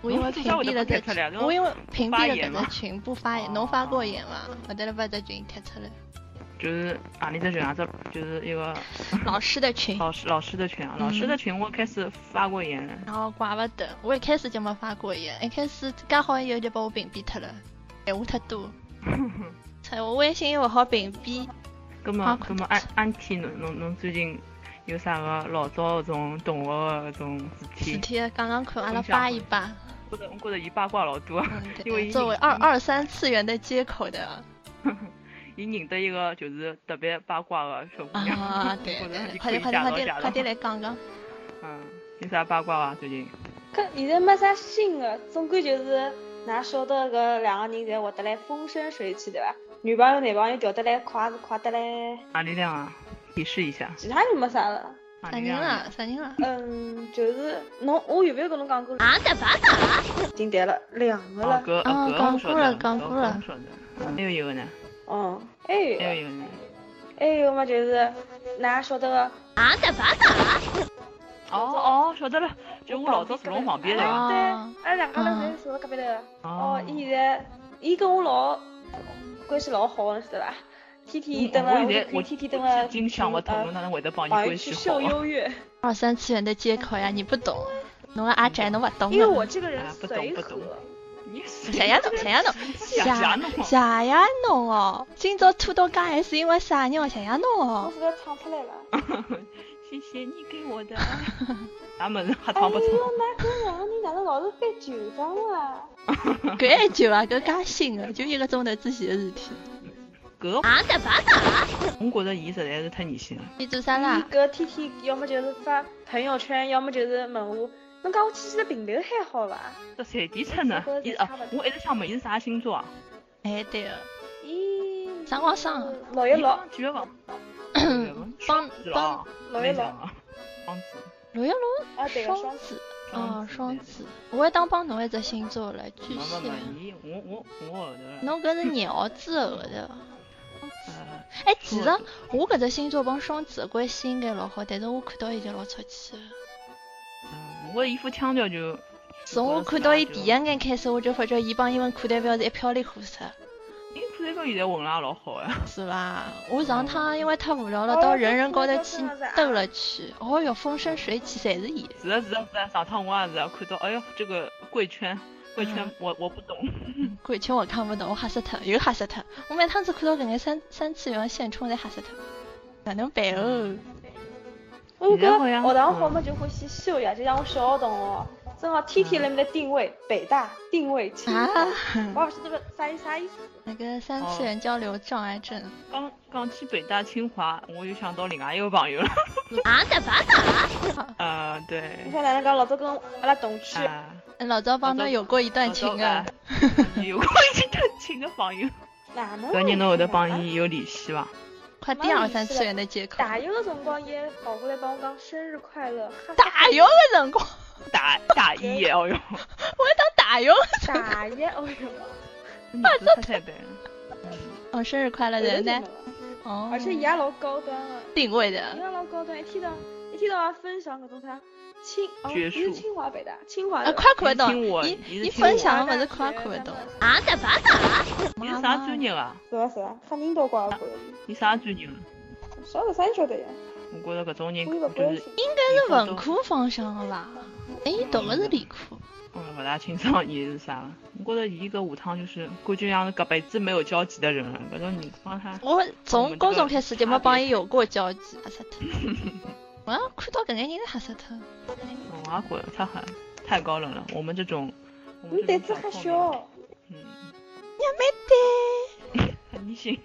S2: 我因为
S3: 至
S2: 屏
S3: 少
S2: 蔽
S3: 得
S2: 了
S3: 不
S2: 这
S3: 踢出来
S2: 群，我因为屏
S3: 发
S2: 蔽了
S3: 言
S2: 搿
S3: 嘛哦
S2: 只群不发言，侬发过言伐？我得了把这群踢出来。
S3: 就是啊，你这群啊，这就是一个
S2: 老师的群，
S3: 老师老师的群啊，老师的群我开始发过言，
S2: 然后怪勿得，我一开始就没发过言，一开始加好以后就把我屏蔽脱了，闲话太 多。操，我微信又勿好屏蔽，
S3: 葛么
S2: 啊
S3: 葛么安安天侬侬侬最近有啥个老早搿种同学的搿种
S2: 事
S3: 事体？
S2: 体讲讲看，阿拉
S3: 分享
S2: 扒一扒。
S3: 我觉着我觉着伊八卦老多 啊，
S2: 嗯，
S3: 因为
S2: 对，
S3: 伊
S2: 作为
S3: 隐
S2: 二二三次元的接口 的
S3: 伊认得一个就是特别八卦的小姑娘，
S2: 啊，对
S3: 我觉得
S2: 对，
S3: 你
S2: 快
S3: 可以
S2: 点快点
S3: 嫁
S2: 快
S3: 到
S2: 点
S3: 嫁
S2: 快
S3: 到
S2: 点来讲 讲。
S3: 嗯，有啥八卦啊伐？最近？
S4: 搿现在没啥新的，总归就是㑚晓得搿两个人侪活得来风生水起，对伐？女朋友、男朋友调得来快是快得来，
S3: 哪里亮啊？提示一下，
S4: 其他人没啥了。
S3: 哪
S2: 啥
S3: 里
S2: 人
S3: 亮啊？
S2: 啦？啥人啦？
S4: 嗯，就是侬，我有没有跟侬讲过？
S6: 俺的巴达，
S4: 已经谈了两个
S3: 啊，
S4: 了
S3: 搿。个
S2: 啊
S3: 我晓得，
S2: 讲过了
S3: 搿个我晓得。还有一个呢，
S4: 嗯，
S2: 哎
S4: 还有一
S3: 还有
S4: 个，
S3: 一个呢。
S4: 还有一哎个嘛，就是㑚晓得个，
S6: 俺的巴达，
S3: 哦哦，晓得了，就我老早住侬旁边那个。
S2: 啊
S4: 对，俺两个人侪住辣隔壁头。哦，伊现在，伊跟我老关系老好，晓得伐？天
S3: 嗯
S4: 天蹲了，
S3: 我现在
S4: 就
S3: 我
S4: 天天啊呃蹲了。
S3: 已经想勿通，侬哪能会得帮伊关
S4: 去
S3: 系
S4: 秀
S3: 好啊？
S4: 优越。
S2: 二三次元的接口呀，你不懂，啊侬个阿宅侬勿懂
S4: 因为
S2: 个
S4: 我。这个人
S3: 啊不懂
S4: 随
S3: 不懂
S4: 和，
S3: 你是
S2: 谢谢侬，谢谢侬，谢
S3: 谢谢侬哦。
S2: 谢侬哦！今朝拖到家还是因为啥人哦？谢谢侬
S4: 我
S2: 哦！
S4: 自个唱出来了。
S3: 谢谢你给我 的啊爱。啥么子还
S4: 哎
S3: 唱不
S4: 呦，
S3: 唱？
S4: 那搿两个人哪能老是翻旧账啊？
S2: 搿还久啊，搿介新个，就一个钟头之前的事体。
S3: 搿个
S2: 啊
S6: 俺的巴达，
S3: 我觉着伊实在是太恶心了。
S2: 你做啥
S4: 伊
S2: 啦？
S4: 搿天天要么就是发朋友圈，要么就是问我，侬讲我去去了平头还好伐？
S3: 这谁地出呢？伊啊，我一直想问伊是啥星座啊？
S2: 哎，对个，
S4: 咦，
S2: 啥光上啊？
S4: 六一六，
S3: 几月份？
S2: 帮帮
S4: 六一六
S2: 嗯
S3: 啊，双子。
S2: 罗小
S4: 啊对个
S2: 龙
S4: 双
S2: 双
S4: 子
S2: 子，
S3: 嗯
S2: 哦，双子，我还当帮侬一只星座了，
S3: 没
S2: 巨
S3: 没
S2: 蟹。
S3: 没，伊我我我后头了。
S2: 侬搿是廿号之后的。
S3: 呃
S2: 哎，其实
S3: 我
S2: 我搿只星座帮双子的关系应该老好，但是我看到伊就老出气了。
S3: 嗯我一副腔调就，
S2: 从我看到伊第一眼开始，我就发觉伊帮英文课代表是一票里货色，
S3: 因为看这个现在混了也老好哎。
S2: 是伐？我
S3: 嗯
S2: 上趟因为太无聊了，
S4: 哦
S2: 到人人高头
S4: 这
S2: 去
S4: 真的是啊
S2: 兜了去。哦哟，风生水起，侪是伊。
S3: 是啊是啊是啊，上趟我也是啊，看到哎呦这个贵圈，贵圈
S2: 嗯
S3: 我我不懂，
S2: 鬼圈我看不懂，我吓死脱，又吓死脱。我每趟子看到搿眼三三次元的现充，侪吓死脱。哪能办哦？
S4: 我搿
S3: 现在好像
S4: 学堂好么就欢喜秀呀，就像我小学同学，正好天天辣面搭定位北大定位清
S2: 啊
S4: 华，，我也勿晓得搿啥意啥意思。
S2: 那个三次元交流障碍症，
S3: 刚刚去北大清华，我又想到另外一个朋友了。
S6: 俺的巴达，
S3: 啊对，
S4: 你看哪能讲老早跟阿拉同区，
S3: 啊，
S2: 嗯老早帮
S3: 老
S2: 侬
S3: 早
S2: 有过一段
S3: 老早
S2: 情啊
S3: 啊。 有过一段情的朋友。
S4: 哪能？
S3: 搿人侬后头帮伊有联系伐？
S2: 快点二三次元的接口。
S4: 大一个辰光，伊还跑过来帮我讲生日快乐，哈哈
S2: 大有的辰光，
S3: 大大一，哦哟，
S2: 我当大有。
S4: 大一，哦哟，
S3: 真的是太太白了。
S2: 哦，生日快乐
S4: 后头就
S2: 人
S4: 没
S2: 呢
S4: 了？
S2: 哦，
S4: 而且伊也老高端个、
S2: 定位
S4: 伊
S2: 的。
S4: 也老高端，一天到一天到晚分享搿种啥清哦，
S3: 学
S4: 伊
S3: 术
S4: 是清华北大，清华
S2: 啊，
S4: 的
S2: 快看得
S3: 听我
S2: 懂，伊
S3: 你是
S2: 伊
S3: 听我
S2: 分享的物事快看得懂。
S6: 俺的巴达，
S3: 你
S2: 妈
S3: 是啥
S2: 妈
S3: 专业啊？
S4: 啊是伐是伐，吓人都怪我过
S3: 你啥专业啊？
S4: 晓得啥人晓得呀？
S3: 我觉着搿种人
S4: 我也
S3: 就
S4: 勿关
S3: 是
S4: 心，
S2: 是文科方向的吧？哎，伊读的是理科。
S3: 嗯，勿大清爽伊是啥了。我觉着伊搿下趟就是感觉像是搿辈子没有交集的人了。搿种人帮他，
S2: 我从高中开始就没帮伊有过交集，吓死脱。我看到搿眼人吓死脱。
S3: 我也觉得太狠，太高冷了。我们这种，我
S4: 你
S3: 们
S4: 胆
S3: 这
S4: 子
S3: 种
S4: 还
S3: 小透明，
S4: 小，
S3: 嗯，
S2: 娘妹的，
S3: 很逆 性，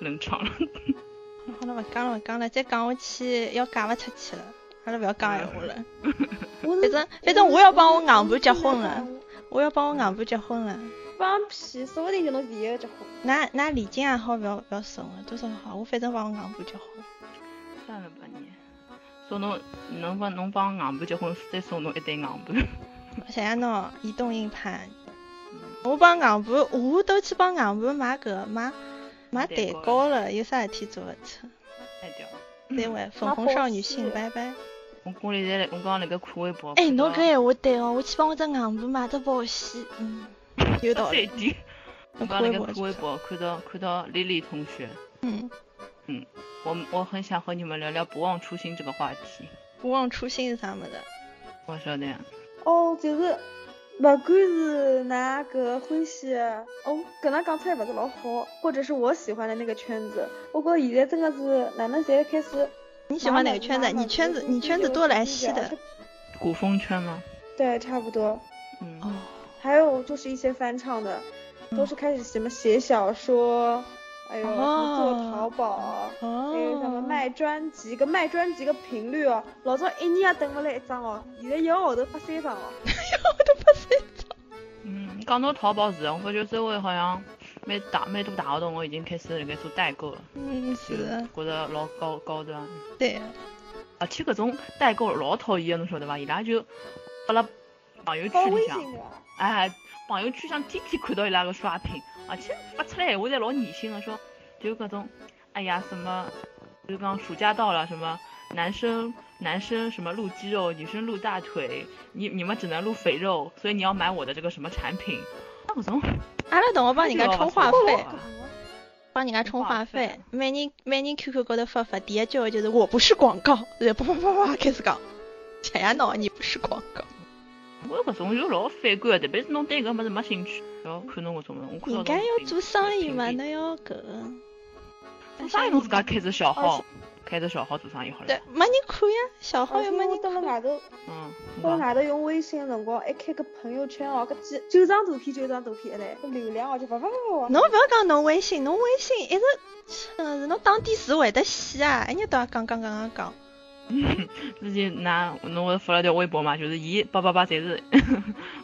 S3: 冷场了。
S2: 好了，勿讲了，勿讲了，再讲下去要嫁勿出去了。阿拉勿要讲闲话了，
S4: 反
S2: 反正反正我要帮我硬盘结婚了，我要帮我硬盘结婚了。
S4: 放屁，说不定就能第一个结婚。
S2: 拿拿礼金也好，勿要勿要送了，多少好，我反正帮我硬盘结婚。
S3: 算了吧你，说侬能帮侬帮硬盘结婚，再送侬一对硬盘。
S2: 我想想喏，移动硬盘，我帮硬盘，我都去帮硬盘买搿买买蛋糕了，有啥事体做勿出？
S3: 太屌了！
S2: 再会，粉红少女心，拜拜。
S3: 我屋里在我刚刚辣盖看微博，
S2: 哎，侬搿闲话对哦，我去帮我只硬盘买只保险，嗯，有道
S3: 最
S2: 理。
S3: 低。我
S2: 侬
S3: 刚
S2: 看微
S3: 刚辣
S2: 博
S3: 盖看微
S2: 去看，
S3: 博，看到看到丽丽同学，
S2: 嗯，
S3: 我我很想和你们聊聊不忘初心这个话题。
S2: 不忘初心是啥物事？
S3: 我晓得呀，
S4: 哦，就是，不管是哪个欢喜的，哦，搿能讲出来勿是老好，或者是我喜欢的那个圈子，我觉着现在真的是哪能侪开始。
S2: 你喜欢哪个圈子？你圈子你圈子多来稀的。。
S3: 古风圈吗？
S4: 对，差不多。
S3: 嗯，
S2: 哦，
S4: 还有就是一些翻唱的，都是开始什么写小说，哎呦，什么做
S2: 哦
S4: 淘宝。
S2: 哦，
S4: 还有什么卖专辑，搿卖专辑个频率哦，老早一年也等勿来一张哦，现在一个号头发三张哦。
S3: 嗯，讲到淘宝是的，我发觉周围好像蛮大蛮多大学同学已经开始辣盖做代购了，
S2: 嗯，
S3: 就是觉着老高高端。
S2: 对，
S3: 而且搿种代购老讨厌的，侬晓得伐？伊拉就发了朋友
S4: 发
S3: 圈
S4: 微
S3: 里向，
S4: 信的啊，
S3: 哎，朋友圈上天天看到伊拉个刷屏，而且发出来闲话侪老恶心的，说就搿种，哎呀什么，就讲暑假到了什么。男生男生什么露肌肉，女生露大腿，你你们只能露肥肉，所以你要买我的这个什么产品，那搿种
S2: 阿拉同学帮人家充话费。
S4: 搞啊
S2: 帮人家充话
S3: 话
S2: 费
S3: 费，
S2: 每人每人 QQ 高头发发，第一句话就是我不是广告，然后叭叭叭叭开始讲，想呀闹你不是广告，
S3: 我搿种就老反感的，特别是侬对搿物事没兴趣，勿要看侬搿种物事。我看
S2: 人家
S3: 到侬
S2: 要做生意嘛，
S3: 屏蔽
S2: 那要搿，
S3: 做生意侬自家开只小
S4: 而且
S3: 号，开只小号做生意好
S2: 哦对
S3: 了。，
S2: 没人看呀，小号
S4: 而
S2: 又
S4: 且
S2: 没
S4: 哦我
S2: 人
S4: 蹲辣
S2: 看，
S4: 外头，
S3: 嗯，
S4: 蹲
S3: 我
S4: 辣外头用微信的辰光，一开个朋友圈哦，搿几九张图片九张图片一来，搿流量哦就叭叭叭叭。
S2: 侬勿要讲侬微信，侬微信一直，真是侬打点字会得死啊，一日到夜讲讲讲讲讲，
S3: 自己拿侬会发了条微博嘛，就是伊叭叭叭侪 是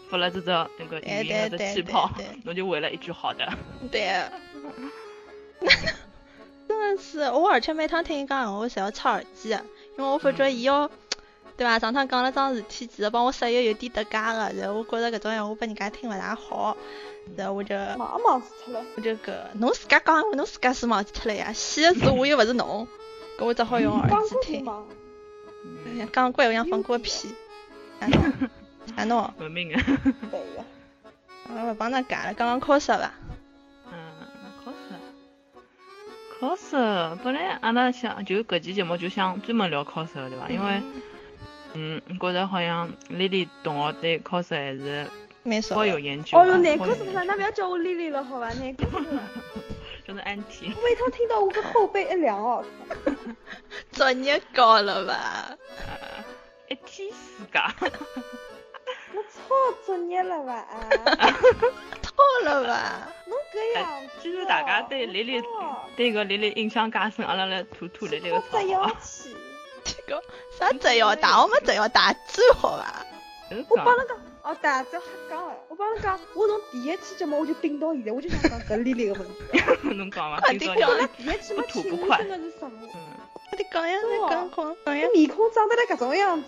S3: 发了这只那
S2: 对
S3: 个语音
S2: 哎对
S3: 的
S2: 对
S3: 气泡
S2: 对对，
S3: 侬就回了一句好的。
S2: 对啊。 真的是，我而且每趟听伊讲闲话，我侪要插耳机的，因为我发觉伊
S3: 嗯
S2: 要，对伐？上趟讲了桩事体，其实帮我室友有点搭嘎个，然后我觉着搿种闲话拨人家听勿大好，然后我就
S4: 忙也忙死脱了，
S2: 我就搿，侬自家讲闲话，侬自家是忘记脱了呀，死个是我又勿是侬，搿我只好
S3: 嗯
S2: 用耳
S4: 讲
S2: 机
S4: 过不
S2: 听。
S4: 忙，
S2: 哎呀讲怪我像放过屁，啊喏，啊喏，
S3: 文明啊，
S4: 对个。
S2: 阿拉哎勿帮㑚讲了，讲讲考试伐？
S3: 嗯，cos，cos，本来阿拉想就搿期节目就想专门聊 cos 的对伐？因为嗯，觉得好像 Lily 同学对 cos 还是
S2: 蛮少
S3: 颇有
S2: 的。
S3: 研究吧。啊
S4: 哦哟，难
S3: 颇
S4: 过
S3: 有
S4: 死
S3: 研
S4: 脱了，
S3: 究
S4: 那不要叫我丽丽了好吧？难过 死脱了，
S3: 真的安提。
S4: 每趟听到我个后背一凉哦。
S2: 作业交了伐？
S3: 一天世 界，
S4: 我操，作业了吧？啊
S2: 交了伐？
S4: 侬搿样子哦，
S3: 既然哎大家对丽丽
S2: 哦
S4: 我
S3: 对搿丽丽印象介深，阿拉来吐吐丽丽个啊
S4: 操
S3: 槽
S4: 我只
S3: 好
S4: 要
S3: 伐？
S4: 去。
S2: 这个啥只要打，我们只要打最好伐？
S3: 就是
S4: 我
S3: 讲
S4: 帮侬讲，哦，大家瞎讲了。我帮侬讲，我从第一期节目我就顶到现在，我就想讲搿丽丽个问题。
S3: 侬讲 伐？
S2: 快
S3: 今朝
S2: 点
S3: 你
S2: 讲
S4: 第一期
S3: 不
S4: 没
S3: 吐
S4: 请
S3: 不
S4: 我
S3: 快
S4: 真的是什么？
S3: 嗯，
S2: 你讲呀，你讲讲讲呀
S4: 这，面孔长得来搿 种样子，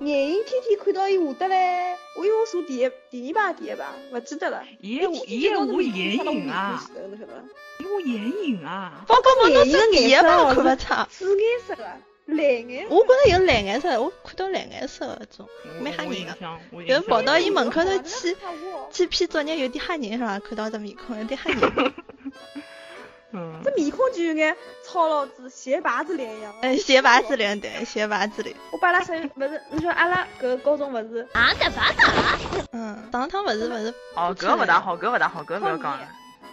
S4: 眼睛天天看到伊下得嘞。我以为我坐第一、第二排、第一排，勿记得了。
S3: 伊
S4: 伊
S3: 也
S4: 天
S3: 伊
S4: 天
S3: 也
S4: 看
S3: 无
S4: 到这面
S3: 眼影
S4: 孔长
S3: 啊，
S4: 到我面孔前头，侬晓得伐？
S3: 伊无眼影啊。
S2: 包括我都
S4: 眼睛
S2: 是
S4: 的
S2: 第一
S4: 颜色
S2: 排
S4: 哦
S2: 我看勿
S4: 是
S2: 出。
S4: 紫颜色个，蓝颜色。
S2: 我觉着有蓝颜色的，我看到蓝颜色的种，
S3: 我
S2: 蛮吓
S3: 我
S2: 人
S3: 印
S2: 的。
S3: 象，我印
S2: 有
S3: 象
S2: 啊人跑到伊门口头
S4: 我
S2: 去
S4: 看哦我
S2: 去批作业有点吓人是伐？看到这面孔有点吓人。
S3: 嗯
S4: 这，面孔就有眼糙老子、鞋拔子脸一样。
S3: 哎
S2: 嗯，斜拔子脸对，斜拔子脸。
S4: 我把阿拉室友勿是，侬说阿拉搿高中勿是
S3: 啊
S7: あんたバカ
S2: 嗯，上趟勿是勿是
S3: 哦，搿勿大好，搿勿大好，搿勿要讲了。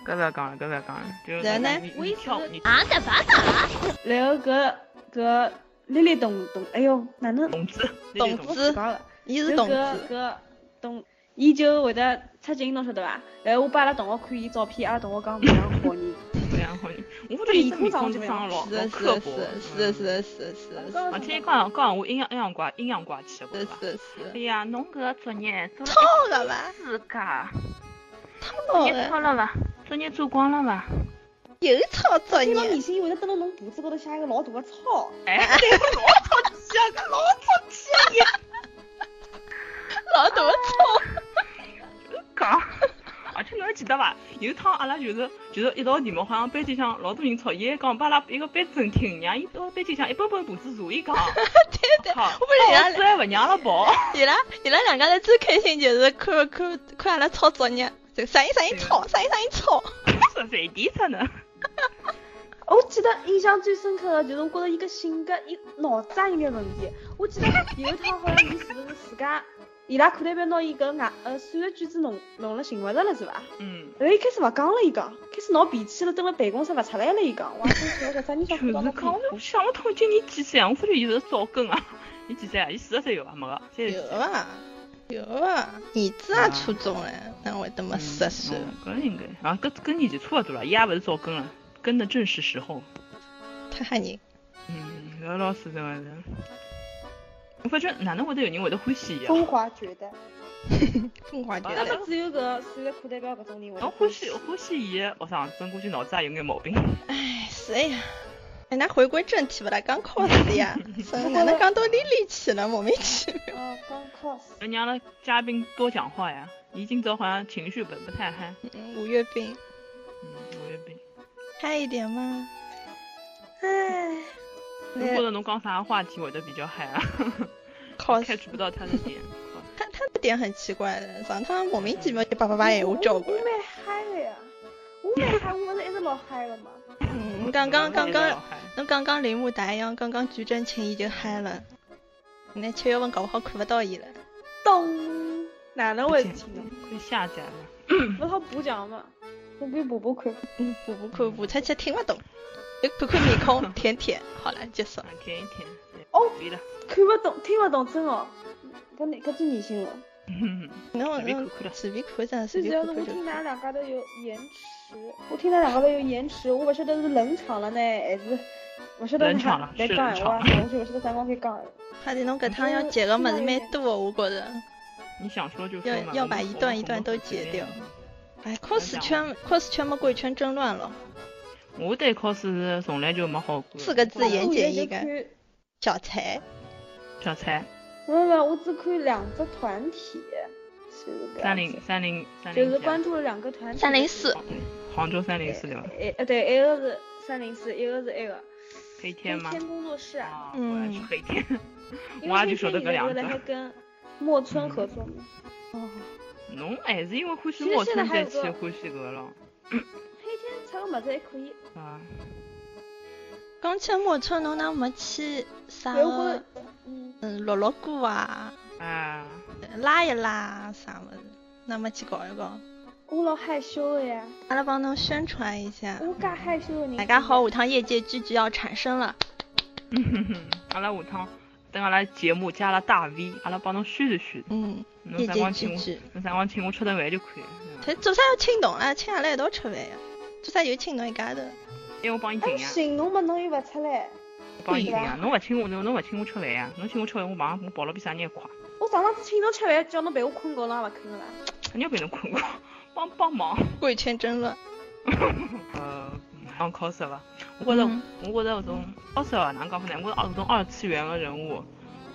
S8: 搿勿讲了，搿勿讲了，就是
S2: 然后呢
S8: 你
S4: 我一
S8: 你
S4: 直
S8: 跳舞，你
S2: 啊
S9: あんたバカ
S4: 然后搿搿立立动动，哎哟，哪能
S8: 动子，
S2: 动
S8: 子，
S2: 子，
S4: 讲了？
S2: 伊
S4: 就是
S2: 动子，
S4: 搿动，伊就会得出镜，侬晓得伐？然后我拨阿拉同学看伊照片，阿拉同学讲非常好你。
S3: 这样好。我觉得伊面孔长得老
S2: 是
S3: 老
S2: 的，是
S3: 刻
S2: 的，
S3: 薄
S2: 是，的，是的，是的，是的，
S3: 嗯。啊
S2: 是的，是的
S3: 而且伊讲讲讲话阴阳阴阳怪阴阳怪气的，
S2: 是
S3: 对伐？
S2: 的，是
S3: 哎
S2: 的，
S3: 呀，侬搿作业做了
S2: 痛了吧？
S3: 一世噶，
S2: 痛
S3: 作业
S2: 了，
S3: 抄了伐？作业做光了伐？
S2: 又抄作
S4: 伊拉
S2: 业，
S4: 明显会得蹲辣侬脖子高头写一个老大个草，
S3: 哎，
S2: 老大的错，
S3: 讲。而且侬还记得伐？啊有一趟阿拉就是就是一道题目，好像班级上老多人吵，伊还讲把阿拉一个班主任听，让伊到班级上一本本步子坐，伊 讲，
S2: 对对，
S3: 靠，
S2: 我不是
S3: 老
S2: 人
S3: 师
S2: 家
S3: 还勿让阿拉跑。
S2: 伊拉伊拉两家头最开心就是看看看阿拉抄作业，就啥人啥人抄，啥人啥人抄，
S3: 是谁提出呢？
S4: 我记得印象最深刻的就是我觉着伊个性格，伊脑子啊也有眼问题。我记得有一趟好像伊是不是自家，伊拉课代表拿伊搿外呃算的句子弄弄了寻勿着了是伐？
S3: 嗯，
S4: 然后伊开始勿讲了，伊讲开始闹脾气了，蹲辣办公室勿出来了，伊讲。我也真晓得啥人想
S3: 就是
S4: 看到
S3: 讲，
S4: 侬
S3: 我想不通今年几岁啊？我发觉伊是早更啊！ 伊几岁啊？伊四十岁有伐？没个，三十几
S2: 有
S3: 岁。
S2: 啊有啊，儿子也初中了，哪会得没四十岁？
S3: 嗯搿应该啊，跟跟年纪差勿多了，伊也勿是早更了，跟的正是时候。
S2: 太吓人！
S3: 嗯，搿老师真的是，我发觉哪能会得有人会得欢喜伊啊？
S4: 风华绝代。
S2: 凤凰绝
S3: 啊
S4: 那
S2: 代
S4: 么，只有搿算个课代表搿种人会得
S3: 侬欢喜欢喜伊的学生，真估计脑子也有眼毛 病。
S2: 哎，是哎呀。哎，那回归正题不啦？讲 cos 呀，所以哪能讲到莉莉去了？莫名其妙。
S4: 啊，刚 cos。
S3: 要让阿拉嘉宾多讲话呀！伊今朝好像情绪不不太嗨。
S2: 嗯，五月病，
S3: 嗯，我也被。
S2: 嗨一点嘛。
S4: 唉，
S3: 侬觉得侬讲啥话题会得比较嗨啊？
S2: cos
S3: catch 不到他的点。
S2: 他他的点很奇怪的，上趟莫名其妙就叭叭叭闲话交关
S4: 我。蛮嗨的呀，我蛮嗨，我勿是一直老嗨的嘛。
S2: 嗯，刚刚刚刚，侬刚刚铃木达央，刚刚菊真情已经嗨了。那七月份搞不好看不到伊了。
S4: 咚，哪能回事体呢？
S3: 快下载了。
S4: 勿好补强嘛，我给补补看。
S2: 嗯，补补看补出去听不懂，就看看面孔，舔舔，好了，结束
S3: 啊。，舔一舔。
S4: 哦
S3: 对了，
S4: 看勿懂，听勿懂，真哦。搿哪搿最迷信了。
S3: 嗯
S2: 侬
S3: 随便
S2: 侬
S3: 看看了
S2: 随便看真的随
S4: 最主要
S2: 便
S4: 是
S2: 看看就
S4: 我听㑚
S2: 看。
S4: 两家头有延迟，我听㑚两家头有延迟，我勿晓得是冷场了呢，还是勿晓得
S3: 冷场
S4: 㑚
S3: 了
S4: 在
S3: 是
S4: 讲
S3: 冷
S4: 闲话
S3: 场
S4: 呢，我就勿晓得啥辰光该讲闲话。
S2: 快点，侬搿趟要剪个物事蛮多的，我觉着。
S3: 你想说就说
S2: 要
S3: 嘛。
S2: 要
S3: 我们
S2: 把一
S3: 我
S2: 段
S3: 们
S2: 一
S3: 我
S2: 段
S3: 们
S2: 都
S3: 不随
S2: 截
S3: 便
S2: 掉哎，cos 圈 cos 圈嘛，过一圈真乱了，
S3: 我对 cos 是从来就没好过。
S2: 四个字言
S4: 我
S2: 简
S4: 现
S2: 意
S4: 在就看
S2: 赅。，小才，
S3: 小蔡，
S4: 没有没有，我只看两只团体，是搿
S3: 三
S4: 样
S3: 零
S4: 子。
S3: 三零三零。
S4: 就是关。注了两个团体。
S2: 三零四，
S3: 杭州三零四对吧？
S4: 哎呃对，一个是三零四，一个是那个
S3: 黑天
S4: 黑
S3: 吗？
S4: 天工作室啊。
S3: 啊，果然是
S2: 嗯
S3: 黑天。
S4: 因
S3: 我
S4: 为
S3: 也就
S4: 黑
S3: 晓
S4: 天
S3: 得搿
S4: 里面
S3: 两
S4: 后来还
S3: 个。
S4: 跟墨村合作嘛。
S2: 哦，
S3: 侬还是因为欢喜
S4: 其实
S3: 莫
S4: 现在
S3: 村
S4: 还
S3: 再
S4: 有
S3: 去
S4: 个
S3: 欢喜搿个了，
S4: 黑
S2: 嗯
S4: 天出个么子还可以，
S3: 啊。
S2: 刚去墨村侬哪没去啥
S4: 然后觉
S2: 个
S4: 着嗯，
S2: 嗯落落鼓啊，
S3: 啊，
S2: 拉一拉啥么子，哪没去搞一搞？
S4: 我老害羞的呀，
S2: 阿拉帮侬宣传一下，
S4: 我介害羞的人。
S2: 大家好，下趟业界聚聚要产生了。
S3: 阿拉下趟等阿拉节目加了大 V，阿拉帮侬宣传宣传。
S2: 嗯，
S3: 侬
S2: 业
S3: 啥
S2: 界
S3: 光请
S2: 聚
S3: 我，
S2: 聚，
S3: 侬啥光请我吃顿饭就可以了。对伐
S2: 他做啥要请侬啦？请阿拉一道吃饭呀？做啥又请侬一家头？
S3: 因为我帮伊请
S4: 哎，
S3: 呀，
S4: 寻侬嘛，侬又勿出来。
S3: 我帮伊请
S4: 对
S3: 呀
S4: 吧。
S3: 侬勿请我，侬侬勿请我吃饭呀？侬请我吃饭，我马上我跑了比啥人还快。
S4: 我上趟子请侬吃饭，叫侬陪我困觉，侬也勿肯个啦。
S3: 肯定陪侬困觉，帮帮忙。
S2: 过一圈真乱。
S3: 呃，讲 cos 伐？我觉着
S2: 嗯，
S3: 我觉着搿种 cos 啊，哪能讲法呢？我是二搿种二次元个人物，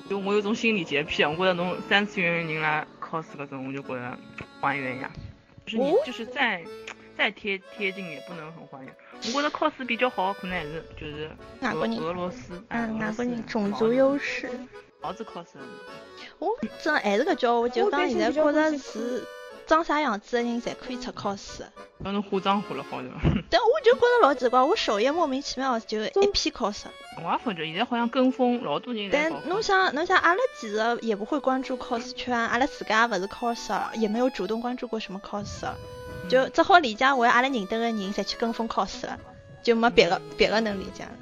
S3: 就我有种心理洁癖啊。我觉着侬三次元人来 cos 搿种，我就觉着还原呀，就是你
S2: 哦
S3: 就是再再贴贴近也不能很还原。我觉着 cos 比较好，可能还是就是
S2: 哪
S3: 俄
S2: 个人？
S3: 俄罗斯，哎
S2: 嗯，哪个人？种
S3: 种
S2: 族
S3: 族
S2: 优势。
S3: 毛子 cos，
S2: 我真还是搿叫，我就
S4: 我
S2: 讲
S4: 对
S2: 现
S4: 这
S2: 在
S4: 比较
S2: 觉着
S4: 欢喜
S2: 是长啥样子的人侪可以出 cos，
S3: 要侬化妆化了好对伐？
S2: 但我就觉着老奇怪，我首页莫名其妙就一
S4: 中
S2: 批 cos。
S3: 我也发觉现在好像跟风老多人在
S2: 但
S3: 搞 cos。
S2: 侬想，侬想，阿拉其实也不会关注 cos 圈，阿拉自家也勿是 coser，也没有主动关注过什么 coser，就
S4: 嗯
S2: 只好理解为阿拉认得个人侪去跟风 cos 了，就没别
S4: 嗯
S2: 个别个能理解了。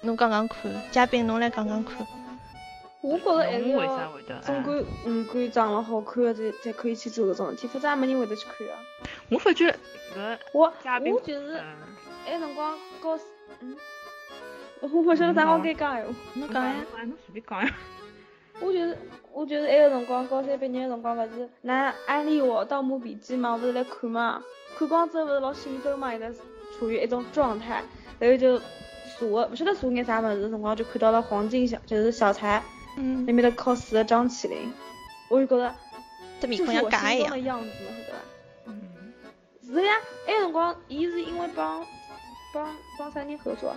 S2: 侬讲讲看，嘉宾侬来讲讲看。
S4: 我觉着还是
S3: 侬为啥
S4: 要
S3: 会得？
S4: 总
S3: 哎
S4: 归五官长了好看的才才可以去做搿种事体，否则也没人会得去看啊。
S3: 我发觉搿
S4: 我
S3: 嘉宾
S4: 我就是
S3: 嗯
S4: 埃辰光高，嗯， 我勿晓得啥好该讲闲话。
S2: 侬讲呀，
S3: 哎侬随便讲呀。
S4: 我就是我就是埃个辰光高三毕业个辰光，勿是拿安利我《盗墓笔记》嘛，勿是来看嘛，看光之后勿是老兴奋嘛，一直处于一种状态，然后就查个，勿晓得查眼啥物事，辰光就看到了黄金小，就是小财
S2: 嗯
S4: 里，面的 cos 的张起灵，我就觉着
S2: 这面
S4: 这
S2: 孔
S4: 是
S2: 像
S4: 我
S2: 假一
S4: 心中
S2: 样
S4: 的。样子，晓得伐？
S3: 嗯
S4: 是呀，埃个辰光伊是因为帮帮帮啥人合作啊？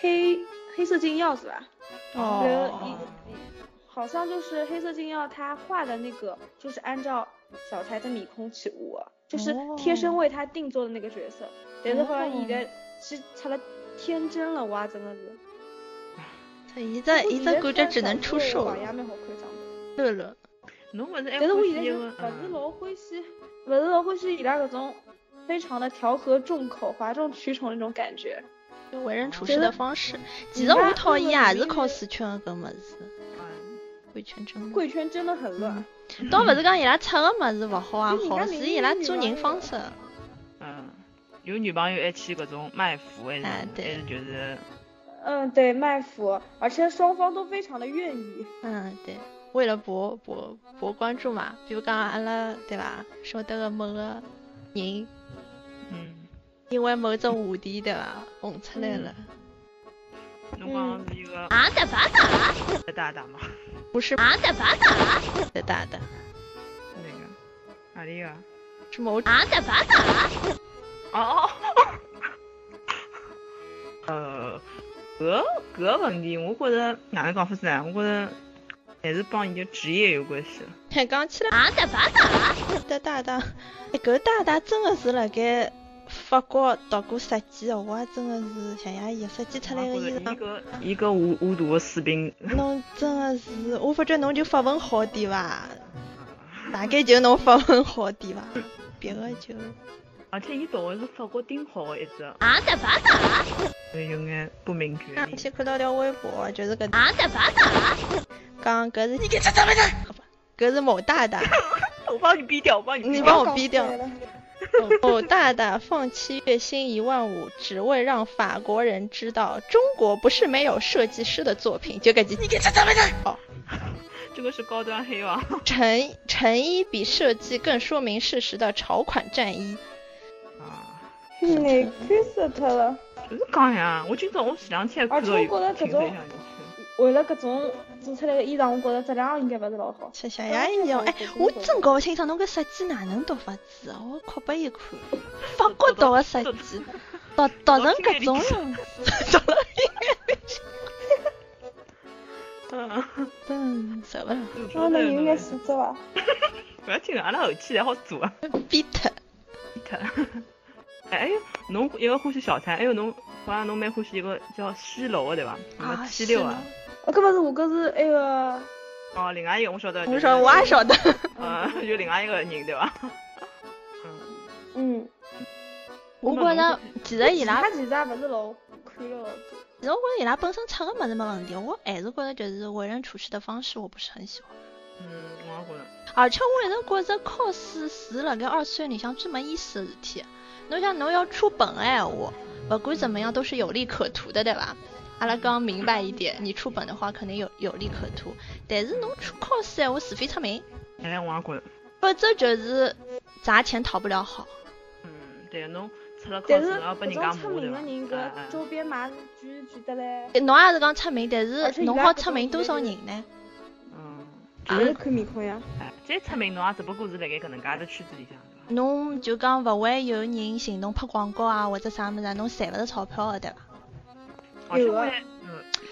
S4: 黑黑色禁药是伐？然后
S2: 哦，
S4: 一好像就是黑色禁药，他画的那个就是按照小才的米空起舞啊，就是贴身为他定做的那个角色。但是后来伊的是出了天真了哇，真的是。
S2: 这一这一这感觉只能出售
S4: 了。
S2: 了。
S4: 蛮好看长得，
S2: 对了，
S3: 侬勿是还
S4: 但是我
S3: 欢
S4: 现
S3: 喜一个嗯
S4: 在就不是老欢喜，不是老欢喜伊拉搿种非常的调和众口、哗众取宠那种感觉。
S2: 就为人处
S4: 觉
S2: 事的
S4: 得
S2: 方式。其
S4: 你
S2: 实
S4: 看
S2: 我讨
S4: 日本
S2: 厌也
S4: 明
S2: 是
S4: 明
S2: cos 圈的搿物事，
S3: 嗯
S2: 贵圈真的。
S4: 贵圈真的很乱。
S2: 倒勿是讲伊拉出个物事勿好
S4: 就
S2: 也
S4: 人
S2: 好，
S4: 家
S2: 是
S4: 明
S2: 伊
S4: 明
S2: 拉
S4: 女
S2: 做
S4: 朋
S2: 人
S4: 友
S2: 方式。
S3: 嗯，有女朋友还去搿种卖腐，还是
S2: 哎
S3: 还
S2: 对
S3: 是就是
S4: 嗯，对，卖腐，而且双方都非常的愿意。
S2: 嗯，对，为了博博博关注嘛，比如讲阿拉对伐，晓得个某个人
S3: 嗯，
S2: 因为某种话题对伐红出来了，
S4: 嗯
S3: 侬讲是一个
S10: あんたバカ
S3: 大大嘛，
S2: 不是
S10: あんたバカ
S2: 的大的，
S3: 那个哪里个？
S2: 是某
S10: あんたバカ
S3: 哦， 呃，搿搿个问题，我觉着哪能讲法子呢？我觉着还是帮伊个职业有关系。
S2: 还 讲起来
S10: あんたバカ
S2: 的大大，哎，搿大大真的是辣盖法国读过设计的，我也真的是谢谢伊设计出来的
S3: 我
S2: 衣
S3: 觉着伊
S2: 裳。
S3: 个伊个无无毒的士兵，
S2: 侬真的是，我发觉侬就法文好点伐？大概就侬法文好点伐？别个就
S3: 而且伊读的是法国顶好的一只，
S10: あんたバカ
S3: 有眼不明觉
S2: 啊，
S3: 厉。
S2: 先看到条微博，就是搿
S10: あんたバカ
S2: 讲搿是你给这怎么的？好吧搿是某大大，
S3: 我帮你逼掉，我帮你
S2: 你
S3: 逼
S2: 帮
S3: 掉。
S2: 我逼掉。某 某大大放弃月薪一万五，只为让法国人知道中国不是没有设计师的作品。就搿几，你给这怎么的？哦，
S3: 这个是高端黑吧？
S2: 成成衣比设计更说明事实的潮款战衣。
S3: 啊，
S4: 你看死他了！
S3: 就是讲呀，我今朝我前两天看到有
S4: 而且我觉得搿
S3: 评
S4: 种
S3: 论上去。
S4: 为了搿种做出来的衣裳，我觉着质量应该勿是老好。
S2: 谢谢呀，伊哦，哎，我真搞不清爽侬搿设计哪能读法子哦，我拷拨 伊看。法国读个 设计，读读成搿种样子，读了
S3: 嗯，
S2: 嗯，受不了，
S3: 就说
S4: 啊，那
S3: 这
S4: 你
S3: 个
S4: 应该啊辞职伐？
S3: 不要紧的，阿拉后期才好做啊。
S2: 逼脱。
S3: 哎哎呦，侬一个欢喜小菜，还有侬好像侬蛮欢喜一个叫西楼的对伐？什么七六啊？
S4: 啊，搿勿是我搿是埃个，
S3: 哦，另外一个我晓得。
S2: 我说我也晓得，
S3: 嗯，有另外一个人对 伐？嗯，
S4: 嗯，
S2: 我觉着其实伊拉
S4: 他其实也勿是老看了。
S2: 其实我觉着伊拉本身出个物事没问题，我还是觉着就是为人处事的方式我不是很喜欢。
S3: 嗯，我也觉着。
S2: 而且我一直觉着 cos 是辣盖二次元里向最没意思的事体。侬想侬要出本哎个闲话，勿管怎么样都是有利可图的，对伐？阿拉讲明白一点，你出本的话肯定有有利可图，但是侬出 cos 闲话是非出名，
S3: 哎，我也觉着。
S2: 否则就是砸钱讨不了好。
S3: 嗯，对，侬出了考
S4: 但
S3: 试
S4: 是
S3: 要拨
S4: 搿
S3: 人家
S4: 种
S3: 骂
S4: 出名
S3: 对伐？
S4: 的人，
S3: 哎哎
S4: 搿周边买是贵贵得嘞。
S2: 哎侬也是讲出名，但
S4: 而
S2: 是
S4: 且伊拉
S2: 侬好
S4: 搿
S2: 出
S4: 种
S2: 名多
S4: 现
S2: 少
S4: 在就
S2: 人
S4: 是
S2: 呢？
S3: 嗯，
S4: 就
S2: 啊
S4: 是看面孔呀。
S3: 哎，再出名侬也只不过是辣盖搿能介的圈子里向，对伐？
S2: 侬就讲勿会有人寻侬拍广告啊，或者啥物事，啊，侬赚勿着钞票的，对伐？
S3: 而且
S4: 有
S3: 我
S4: 啊
S3: 还，嗯，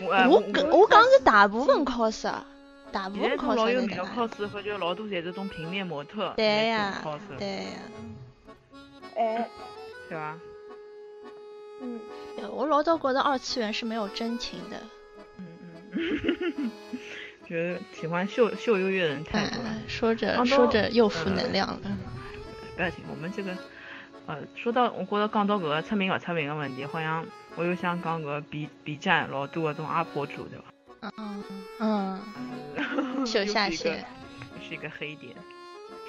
S3: 我哎
S2: 我
S3: 我
S2: 搿
S4: 觉
S3: 我
S4: 得
S2: 我讲
S4: 他
S2: 是
S4: 是
S2: 大部分 cos，啊大部
S3: 现在
S2: 分
S3: 种老
S2: cos
S3: 有
S2: 能
S3: 名的
S2: 对
S4: 啊
S2: 伐？
S3: cos，发觉老多侪是种平面模特，
S2: 对呀
S3: cos，
S2: 对呀、
S4: 哎，
S3: 对伐？
S4: 嗯，
S2: 呃我老早觉得二次元是没有真情的。
S3: 嗯 就是喜欢秀秀优越的人太
S2: 嗯
S3: 多了。，
S4: 嗯
S2: 说着
S3: 广东
S2: 说着又负能量了。
S3: 不要紧，我们这个，呃，说到我觉着讲到搿个出名勿出名个问题，好像我又想讲搿个 B B 站老多搿种 UP 主对伐？
S2: 嗯嗯，
S3: 又
S2: 秀下
S3: 是一个
S2: 限，
S3: 又是一个黑点。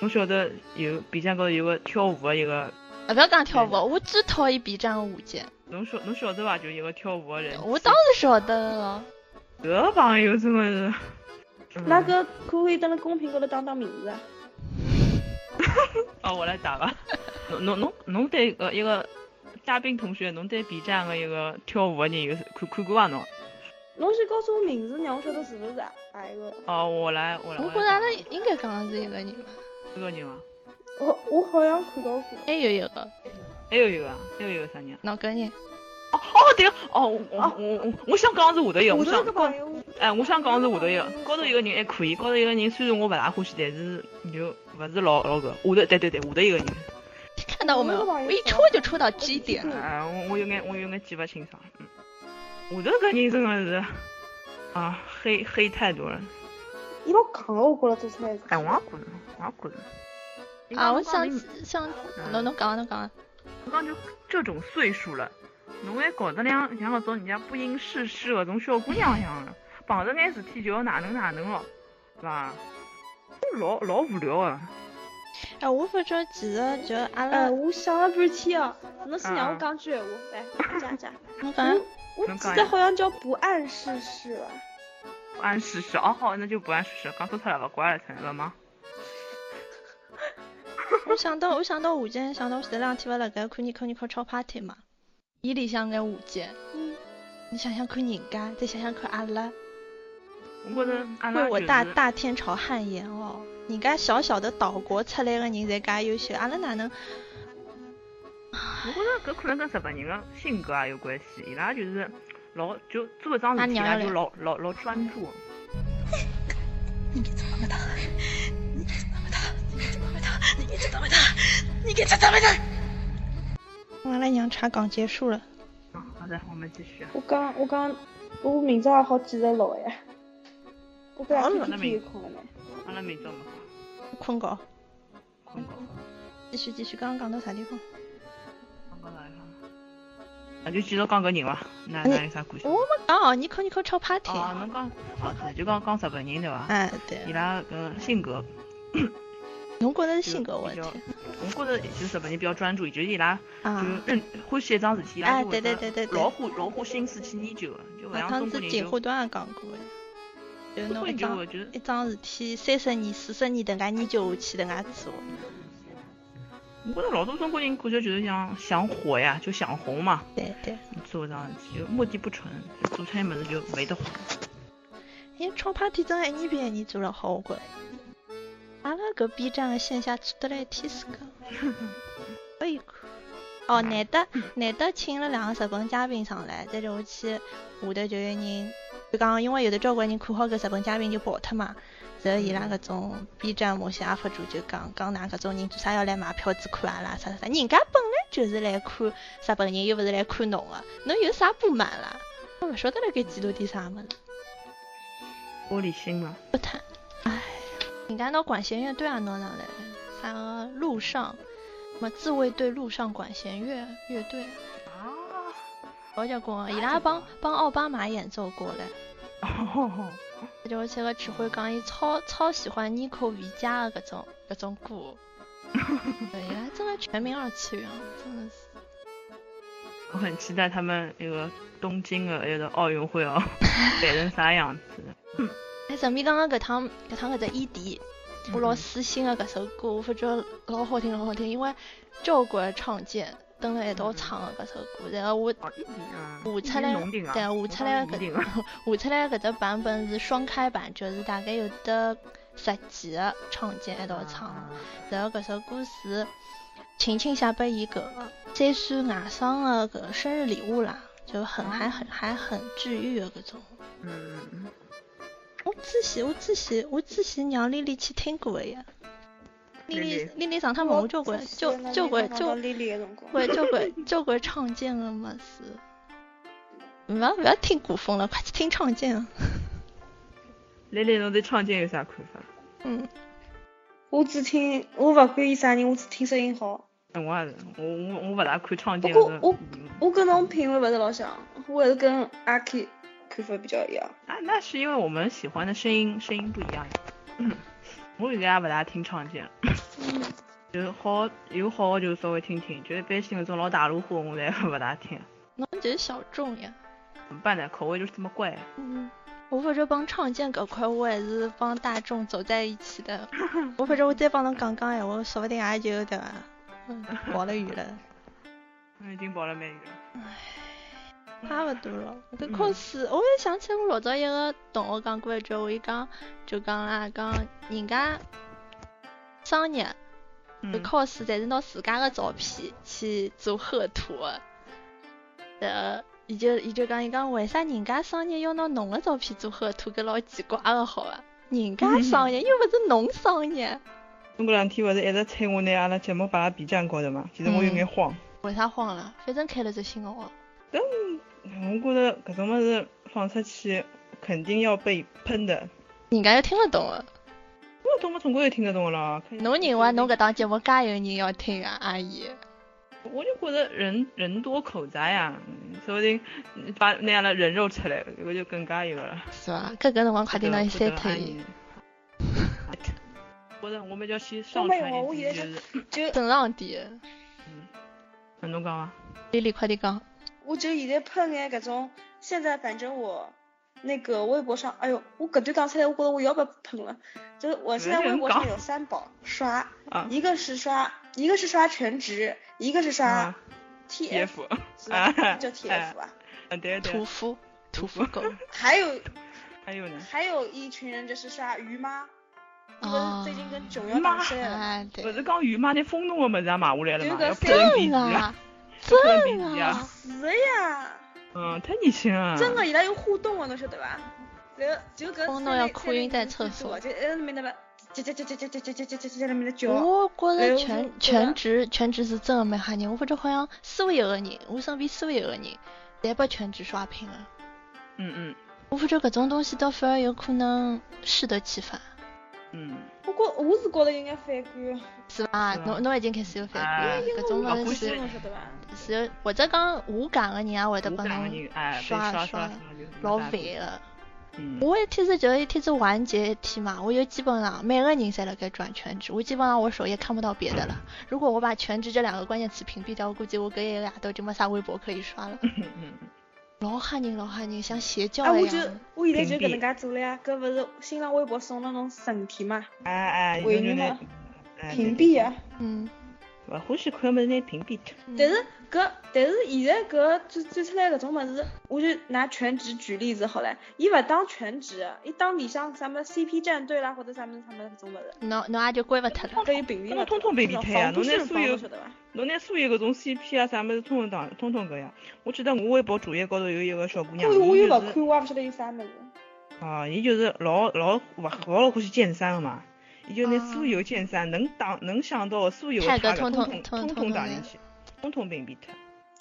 S3: 我晓得有 B 站高头有个跳舞个一个，
S2: 啊，不要讲跳舞，我最讨厌 B 站的舞剑，
S3: 侬晓侬晓得伐？就一个跳舞个人，
S2: 我当然晓得了。
S3: 搿个朋友真个是，嗯
S4: 那个可不可以登了公屏高头打打名字啊？
S3: 哦，我来打吧。 侬侬侬侬对搿一个嘉宾同学，侬对 B 站个一个跳舞个人有看看过伐侬？
S4: 侬先告诉我名字，让我晓得是不是啊一个。
S3: 哦，我来我来。
S2: 我觉
S3: 来
S2: 着阿
S3: 打
S2: 拉应该讲的是一个人吧，
S3: 这个人伐？
S4: 我我好像看到过。
S2: 还哎有一个
S3: 还有一个啊，还有一个啥人啊？
S2: 哪个人？
S3: 哦，对个，哦，我我我我我想讲是下头一个，我
S4: 我这
S3: 想
S4: 个朋友，
S3: 哎，我想讲是下头一个，高头一个人还可以，高头一个人虽然我勿大欢喜，但是就勿是老老搿。下头对对对，下头一个人，
S2: 看到我没有？
S4: 我那个网
S2: 我
S4: 友
S2: 一戳就戳到基点了。
S3: 哎，我我有眼我有眼记勿清爽，嗯，下头搿人真个是啊黑黑太多了，
S4: 伊老戆哎了，我觉着做出来的。
S3: 哎，我也觉着，我也觉着。
S2: 啊，我
S3: 讲
S2: 想想，侬侬讲侬讲，
S3: 我讲就这种岁数了，侬还搞得像像搿种人家不谙世事搿种小姑娘像的，碰着眼事体就要哪能哪能咯，是伐？老老无聊啊！
S2: 哎，我发觉啊其实就阿
S4: 哎，
S2: 拉，
S4: 我想了半天哦，侬先让我讲句闲话，来讲讲。
S3: 嗯
S2: 侬讲，
S4: 我
S3: 侬
S4: 记
S3: 讲
S4: 得
S3: 呀
S4: 好像叫不谙世事啊吧？
S3: 不按事实哦，好，那就不按事实，讲错出来了，怪了，承认了吗？
S2: 我想到我想到舞剑，想到我前两天勿辣盖看尼看尼看超 party 嘛，伊里向个舞剑，
S4: 嗯，
S2: 你想想看人家，再想想看阿拉，
S3: 我觉着阿拉
S2: 为我
S3: 就是
S2: 大大天朝汗颜哦！人家小小的岛国出来个人侪介优秀，阿拉哪能？
S3: 我觉着搿可能跟日本人的性格也有关系，伊拉就是老就做一桩事
S2: 他
S3: 体，伊
S2: 娘
S3: 拉
S2: 嘞
S3: 就老老老专注。
S2: 阿拉娘差讲结束了，
S3: 啊，好的，我们继续。
S4: 我刚我刚我明朝也好记得牢呀。我本来
S3: 好
S4: 是
S3: 冷
S4: 天
S3: 的
S4: 天有
S3: 名
S4: 空的呢。
S3: 阿拉明朝嘛，
S2: 困觉，
S3: 困觉。
S2: 继续继续，刚刚讲到啥地方？
S3: 讲到哪里了？那就继续讲搿人伐？那那有啥故事？
S2: 我没讲哦，你看你看超 party，
S3: 哦，侬讲哦，对，就讲讲日本人对伐？
S2: 哎对
S3: 伊，拉搿性格，
S2: 侬觉着是性格问
S3: 就
S2: 题
S3: 我觉着就是日本人比较专注，就是伊拉就
S2: 啊？
S3: 认欢喜一桩事体，伊拉
S2: 哎
S3: 就会
S2: 对对对对对
S3: 老花老花心思去研究的，就勿
S2: 好
S3: 像
S2: 像
S3: 中
S2: 子
S3: 国人
S2: 锦
S3: 就
S2: 花端也讲过呀，就
S3: 中国
S2: 侬一
S3: 人就
S2: 桩
S3: 会就是
S2: 一桩事体三十年、四十年，等介研究下去，等介做。
S3: 我觉着老多中国人感觉就是想想火呀，就想红嘛，
S2: 对对，
S3: 做一桩事体就目的不纯，就做出来物事就没得红。
S2: 因为超 party 真的一年比一年做了好滚。阿拉搿 B 站的线下做得来一天世界，可以看。哦，难得难得请了两个日本嘉宾上来，再下去下头就有人就讲，因为有的交关人看好搿日本嘉宾就跑脱嘛，然后伊拉搿种 B 站某些 UP 主就讲讲㑚搿种人做啥要来买票子看阿拉啥啥啥，人家本来就是来看日本人，又勿是来看侬个，侬有啥不满啦？我勿晓得辣盖嫉妒点啥物事。
S3: 玻璃心嘛，
S2: 不谈。哎，人家拿管弦乐队啊也拿上来了，啥个路上，什么自卫队路上管弦乐乐队啊，
S3: 啊，
S2: 老结棍啊！伊拉帮帮奥巴马演奏过嘞。
S3: 哦，
S2: 就是这个指挥讲，伊超超喜欢 n i c o 维嘉的啊搿种搿种歌，对，伊拉真的全民二次元，啊真的是。
S3: 我很期待他们那个东京的那个奥运 会哦，办成啥样子。
S2: 哎，顺便讲讲搿趟搿趟搿只伊迪，
S3: 嗯
S2: 我老私心的搿啊首歌，我发觉老好听老好听，因为交关创建蹲辣一道唱的搿首歌，然后我
S3: 哦，一定啊，
S2: 画出来
S3: 一定弄定啊，
S2: 对画出来
S3: 搿
S2: 搿
S3: 定啊，
S2: 画出来搿只版本是双开版，就是大概有得十几个唱见一道
S3: 啊
S4: 啊
S2: 唱。然后搿首歌是晴晴写拨伊搿个三岁外甥的搿个生日礼物啦，就很还很还很治愈的搿种。
S3: 嗯，嗯嗯
S2: 我之前我之前我之前让丽丽去听过的呀，丽丽丽丽上趟问我交关交交关交
S4: 丽丽的辰光。
S2: 关交 关交关创建的么子。勿要勿要听古风了，快去听创建啊！
S3: 蕾蕾侬对创建有啥看法？
S2: 嗯，
S4: 我只听我勿管伊啥人，我只听声音好。
S3: 我也是，我我我勿大看唱
S4: 不
S3: 见
S4: 过
S3: 搿
S4: 我
S3: 种。
S4: 我跟侬品味勿是老像，我还是跟阿 K 看法比较一样。
S3: 啊，那是因为我们喜欢的声音声音不一样。 我现在也勿大听唱见，
S4: 嗯，
S3: 就是好有好的就稍微听听，就一般性那种老大陆话我侪勿大听。
S2: 侬就是小众呀。
S3: 怎么办呢？口味就是这么怪。
S2: 嗯，我反正帮创建搿块，我还是帮大众走在一起的。 我反正我再帮侬讲讲闲话，说不定也就对伐？嗯，跑了远了，
S3: 嗯，已经跑了蛮远了。
S2: 差勿多了。搿考试，我也想起我老早一个同学讲过一句话，伊讲就讲啦，讲人家生日、
S3: 嗯，
S2: 考试，侪是拿自家个照片去做贺图的。呃，伊就伊就讲伊讲，为啥人家生日要拿侬个照片做贺图？搿老奇怪个好伐？人家生日又勿是侬生日，
S3: 侬搿两天勿是一直催我拿阿拉节目摆辣 B 站高头嘛？其实我有眼慌。
S2: 为啥慌了？反正开了只新个哦号，
S3: 我觉着搿种物事放出去肯定要被喷的。
S2: 人家又听得懂个。
S3: 我懂么总归有听得懂了。肯定
S2: 侬认为侬搿档节目介有人要听啊，阿姨？
S3: 我就觉得人人多口杂呀，嗯说不定嗯把那样的人肉出来，这个就更加有了。
S2: 是伐？搿搿辰光快点拿伊删脱伊。
S3: 伊。觉得我们就要去
S4: 都
S3: 上
S4: 没
S3: 传
S4: 有啊
S3: 一
S4: 我以
S3: 集，
S4: 为
S3: 就是
S4: 就
S2: 正常点，
S3: 嗯侬讲伐？
S2: 丽丽快点讲。
S4: 我就现在喷眼搿种，现在反正我那个微博上，哎哟，我搿段讲出来，我觉得我要被喷了。就是我现在微博上有三宝刷，
S3: 啊
S4: 一个是刷，一个是刷全职，一个是刷
S3: 啊
S4: TF，
S3: ，TF
S4: 是吧
S3: 啊
S4: 叫 TF 吧。
S3: 嗯，对对
S2: 屠。夫，屠夫 狗。
S4: 还有
S3: 还有呢？
S4: 还有一群人就是刷于妈，因
S2: 啊
S4: 为最近跟九幺打
S3: 妈
S4: 赛了，
S2: 哎，对
S3: 不。是讲姨妈那风弄的么子也买下来了嘛，
S4: 这个
S3: 要不能比
S2: 真
S3: 级啊
S2: 啊，，
S3: 不能比
S2: 真
S3: 级
S2: 啊
S3: 啊，。
S4: 是的呀。
S3: 嗯，太年轻了。
S4: 真的，伊拉有互动的，侬晓得伐？然后就搿
S2: 哦侬要哭晕在厕所
S4: 就一直面那么叽叽叽叽叽叽叽叽叽叽叽在那边叫。
S2: 我觉
S4: 哎
S2: 着全
S4: 我就觉得
S3: 啊
S2: 全职全职是真的蛮吓人，我发觉好像四五一个人，我身边四五一个人，侪被全职刷屏了。
S3: 嗯嗯
S2: 我发觉搿种东西倒反而有可能适得其反，
S3: 嗯，
S4: 不过我是觉得有眼反感，
S2: 是吧？
S3: 是啊
S2: 侬侬已经开始有反
S3: 哎
S2: 感，搿种
S4: 我
S2: 物
S3: 不
S2: 事
S3: 是
S2: 是
S4: 侬晓得伐？
S2: 是或者讲无感的人也会得
S3: 我
S2: 帮
S3: 感
S2: 侬
S3: 觉哎，被
S2: 刷
S3: 刷
S2: 刷
S3: 刷就
S2: 老烦的。
S3: 嗯，
S2: 我一天是就是一天是完结一天嘛，我就基本上每个人侪辣盖转全职，我基本上我首页看不到别的了。如果我把全职这两个关键词屏蔽掉，我估计我搿一个夜头就没啥微博可以刷了。
S3: 嗯嗯
S2: 老吓人，老吓人，像邪教
S3: 哎
S4: 啊，我
S2: 一
S4: 就
S2: 样。
S4: 我现在就
S3: 屏蔽
S4: 搿能介做了呀，搿勿是新浪微博送了侬十五天嘛，
S3: 哎哎，
S4: 为
S3: 你
S4: 你
S3: 呢
S4: 嘛？屏蔽
S3: 啊！
S4: 呀。
S2: 嗯，
S3: 勿
S4: 啊
S3: 欢喜看么子，拿屏蔽掉。
S4: 但是搿但是现在搿做做出来搿种物事，我就拿全职举例子好了，伊勿当全职，伊当里向啥么 CP 战队啦或者啥么啥么搿种物事。
S2: 侬侬也就关勿脱了。
S4: 搿有屏蔽
S3: 那么
S4: 嘛？
S3: 通通被
S4: 这种
S3: 避开呀
S4: 防不
S3: 侬那
S4: 胜
S3: 所
S4: 防
S3: 有
S4: 侬晓得伐？
S3: 侬拿所有搿种 CP 啊啥物事，通通当通通搿样。我记得我微博主页高头有一个小姑娘，
S4: 我又我
S3: 伊
S4: 又
S3: 就
S4: 勿
S3: 是
S4: 看，我也勿晓得有啥物事。
S3: 啊，伊就是老老勿老老欢喜剑三个
S4: 啊
S3: 嘛，伊就拿所有剑三能打能想到的所有
S2: 派
S3: 的
S2: 个
S3: 差
S2: 通
S3: 的
S2: 通
S3: 通
S2: 通
S3: 通
S2: 通
S3: 打
S2: 的
S3: 进去，通通屏蔽脱。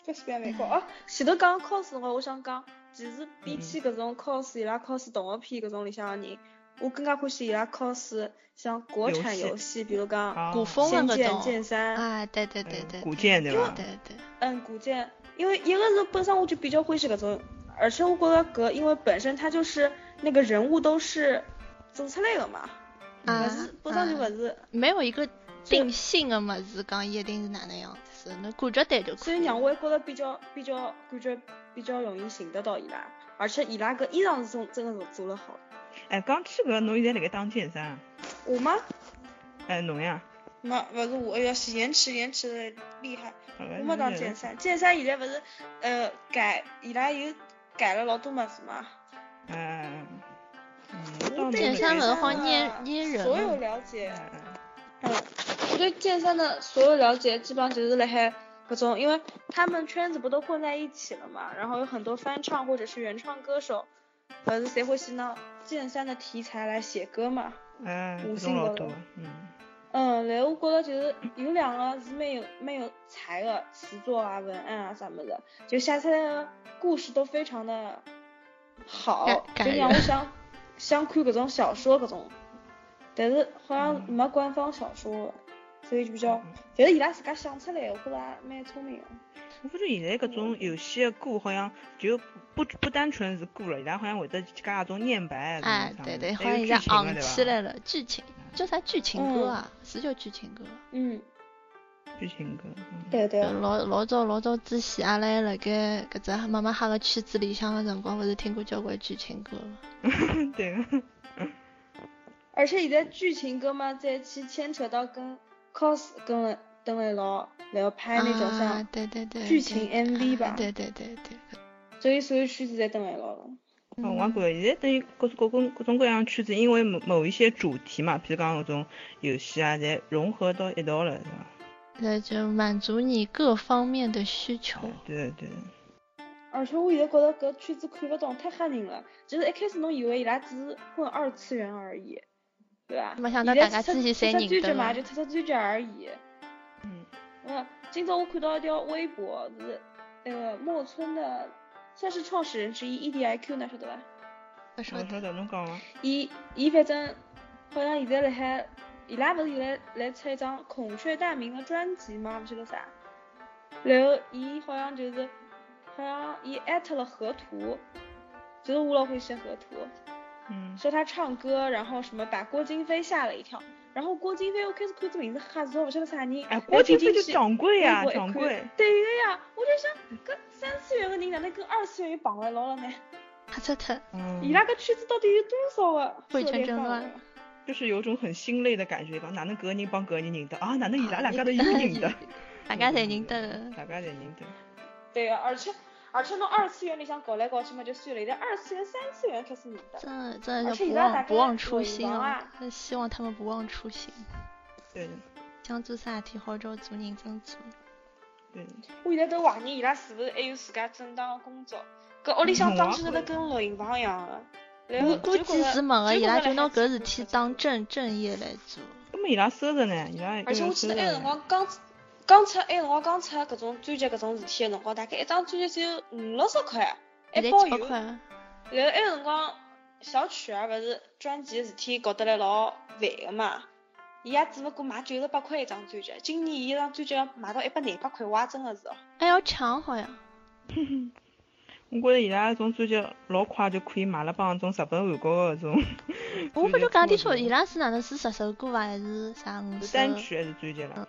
S4: 搿水平蛮高哦。前头讲 cos 辰光，我想讲，其实比
S3: 嗯
S4: 起搿种 cos 伊拉 cos 动画片搿种里向个人，我更加欢喜伊拉 cos 像国
S3: 游
S4: 产
S3: 戏
S4: 游戏，比如讲
S3: 啊
S2: 古风
S4: 仙
S2: 的搿
S4: 剑
S2: 种
S4: 剑三，
S2: 啊，对对对对，
S3: 哎古剑对吧
S2: 对对，
S4: 嗯，古剑，因为一个是本身我就比较欢喜搿种，而且我觉着搿因为本身它就是那个人物都是做出来个嘛，
S2: 啊
S4: 勿是本身就
S2: 啊
S4: 勿是，
S2: 没有一个定性的么子，讲一定是哪能样子，侬感觉对就可
S4: 所
S2: 以
S4: 以
S2: 了。
S4: 让我觉着比较比较感觉比较容易寻得到伊拉，而且伊拉搿衣裳是真真个是做了好。
S3: 哎，讲起搿，侬现在辣盖打剑三啊？
S4: 我吗？
S3: 哎，侬呀？
S4: 没，勿是我，哎呀，是延迟延迟的厉害。我
S3: 我
S4: 没当剑三，剑三现在勿是呃改，伊拉又改了老多物事嘛。
S3: 嗯，
S4: 我对
S2: 嗯剑三
S4: 剑
S2: 文化捏
S4: 的
S2: 捏人
S4: 所有了解，嗯，我对剑三的所有了解基本上就是辣海搿种，因为他们圈子不都混在一起了嘛，然后有很多翻唱或者是原创歌手，勿是侪会喜拿剑三的题材来写歌嘛。
S3: 嗯，
S4: 五
S3: 这种
S4: 星
S3: 老
S4: 高
S3: 多
S4: 楼，
S3: 嗯，
S4: 嗯，然后我觉得就是有两个是蛮有蛮有才的词作啊、文案啊啥么的，就写出来的故事都非常的好，
S2: 感
S4: 就
S2: 感
S4: 让我
S2: 人
S4: 想想看各种小说各种。但是好
S2: 嗯
S4: 像没官方小说，所以就比较，但是伊拉自家想出来，我觉着还蛮聪明的。
S3: 我发觉现在搿
S2: 嗯
S3: 种游戏的歌好像就不不单纯是歌了，伊拉好像会得加搿种念
S2: 哎，
S3: 白啥物事
S2: 对对，好
S3: 还有
S2: 像已经
S3: 嗯剧情的
S2: 昂起
S3: 对
S2: 来了，剧情叫啥剧情歌啊？是叫剧情歌。
S4: 嗯，
S3: 伐？剧情歌，嗯
S4: 对对，
S2: 呃老老早老早之前，阿拉还辣盖搿只妈妈哈个圈子里向个辰光，勿是听过交关剧情歌吗？
S3: 对。
S4: 而且现在剧情歌嘛，再去牵扯到跟 cos 跟等一道，然后拍哎那种像，
S2: 啊，对对对，
S4: 剧情
S2: 对
S4: MV 吧
S2: 啊对对对对。嗯
S4: 所以所有曲子在等一道了。
S3: 哦，我也觉现在等于各各种各种各样的圈子，因为某某一些主题嘛，譬如讲搿种游戏啊，侪融合到一道了，是伐？
S2: 那就满足你各方面的需求。
S3: 对对对，
S4: 而且我现在觉得搿圈子看不懂，太吓人了。就是一开始侬以为伊拉只是混二次元而已，对伐？
S2: 没想到
S4: 现
S2: 大家
S4: 在出
S2: 自己
S4: 出
S2: 侪
S4: 出
S2: 认
S4: 专
S2: 得
S4: 辑嘛，
S2: 了
S4: 就出出专辑而已。
S3: 嗯，
S4: 嗯，今朝我看到一条微博，是那个墨村的，算是创始人之一，E EDIQ 呢，晓得伐？
S2: 不
S3: 我
S2: 晓
S4: 嗯
S3: 晓
S2: 得，
S3: 得侬讲伐？
S4: 伊伊反正好像现在辣海，伊拉勿是现在来出一张《孔雀大明》的专辑吗？勿晓得啥。然后伊好像就是，好像伊艾特了河图，就是我老欢喜河图，
S3: 嗯，
S4: 说他唱歌，然后什么把郭京飞吓了一跳。然后郭京飞我开始看这名字吓死我，勿晓得啥人。
S3: 哎，郭京飞
S4: 飞
S3: 就掌柜呀、
S4: 微博一
S3: 掌
S4: 看
S3: 柜。
S4: 对个呀，我就想，搿三次元个人哪能跟二次元又绑在一道了呢？
S2: 哈彻特，
S3: 嗯，
S4: 伊拉搿圈子到底有多少个
S2: 贵
S4: 涉
S2: 圈
S4: 猎
S2: 真
S4: 范围
S2: 乱
S4: 啊？
S3: 就是有一种很心累的感觉，讲哪能搿个人帮搿个人认得啊？哪能伊拉两家头
S2: 一
S3: 又认得？
S2: 大家侪认得
S4: 嗯
S2: 的。
S3: 大家侪认得。
S4: 对个、而且而且侬二次元里向搞来搞去嘛就算了，现在二次元、三次元开始认得。
S2: 真的真的
S4: 而且
S2: 叫不
S4: 现在大
S2: 忘
S4: 家
S2: 不忘初
S4: 伪
S2: 心
S4: 装
S2: 哦
S4: 啊，
S2: 真希望他们不忘初心，
S3: 对的
S2: 想做啥事体好找做认真做。
S3: 对的，
S4: 我现在都怀疑伊拉是勿是还有自家正当个工作，搿屋里向装修得得跟录音房一样个。然后
S2: 嗯我估
S4: 就觉
S2: 计
S4: 着
S2: 是没个，
S4: 就
S2: 伊
S4: 觉
S2: 拉
S4: 着
S2: 就
S4: 辣
S2: 拿搿
S4: 海自
S2: 事
S4: 己
S2: 体
S4: 做
S2: 当正正业来做。
S3: 那么伊拉收着呢，伊拉
S4: 而且我记
S3: 收
S4: 得
S3: 着
S4: 埃个辰
S3: 呢。
S4: 光刚出刚出埃个辰光刚出搿种专辑搿种事体个辰光，大概一张专辑只有五六十块，还
S2: 现在
S4: 包
S2: 几百
S4: 邮。
S2: 块啊，
S4: 然后埃个辰光，小曲儿勿是专辑事体搞得来老烦个嘛，伊也只勿过卖九十八块一张专辑，今年伊一张专辑要卖到一百廿八块，我也真个是哦。
S2: 还哎要抢好像。。
S3: 我觉着伊拉搿种专辑老快就可以买了帮搿种日本、韩国的搿 种
S2: 我不就讲的说，伊
S3: 拉
S2: 拉是哪能是十首歌伐，还是啥嗯五
S3: 是
S2: 首？
S3: 单曲还是专辑
S4: 嗯
S3: 啦？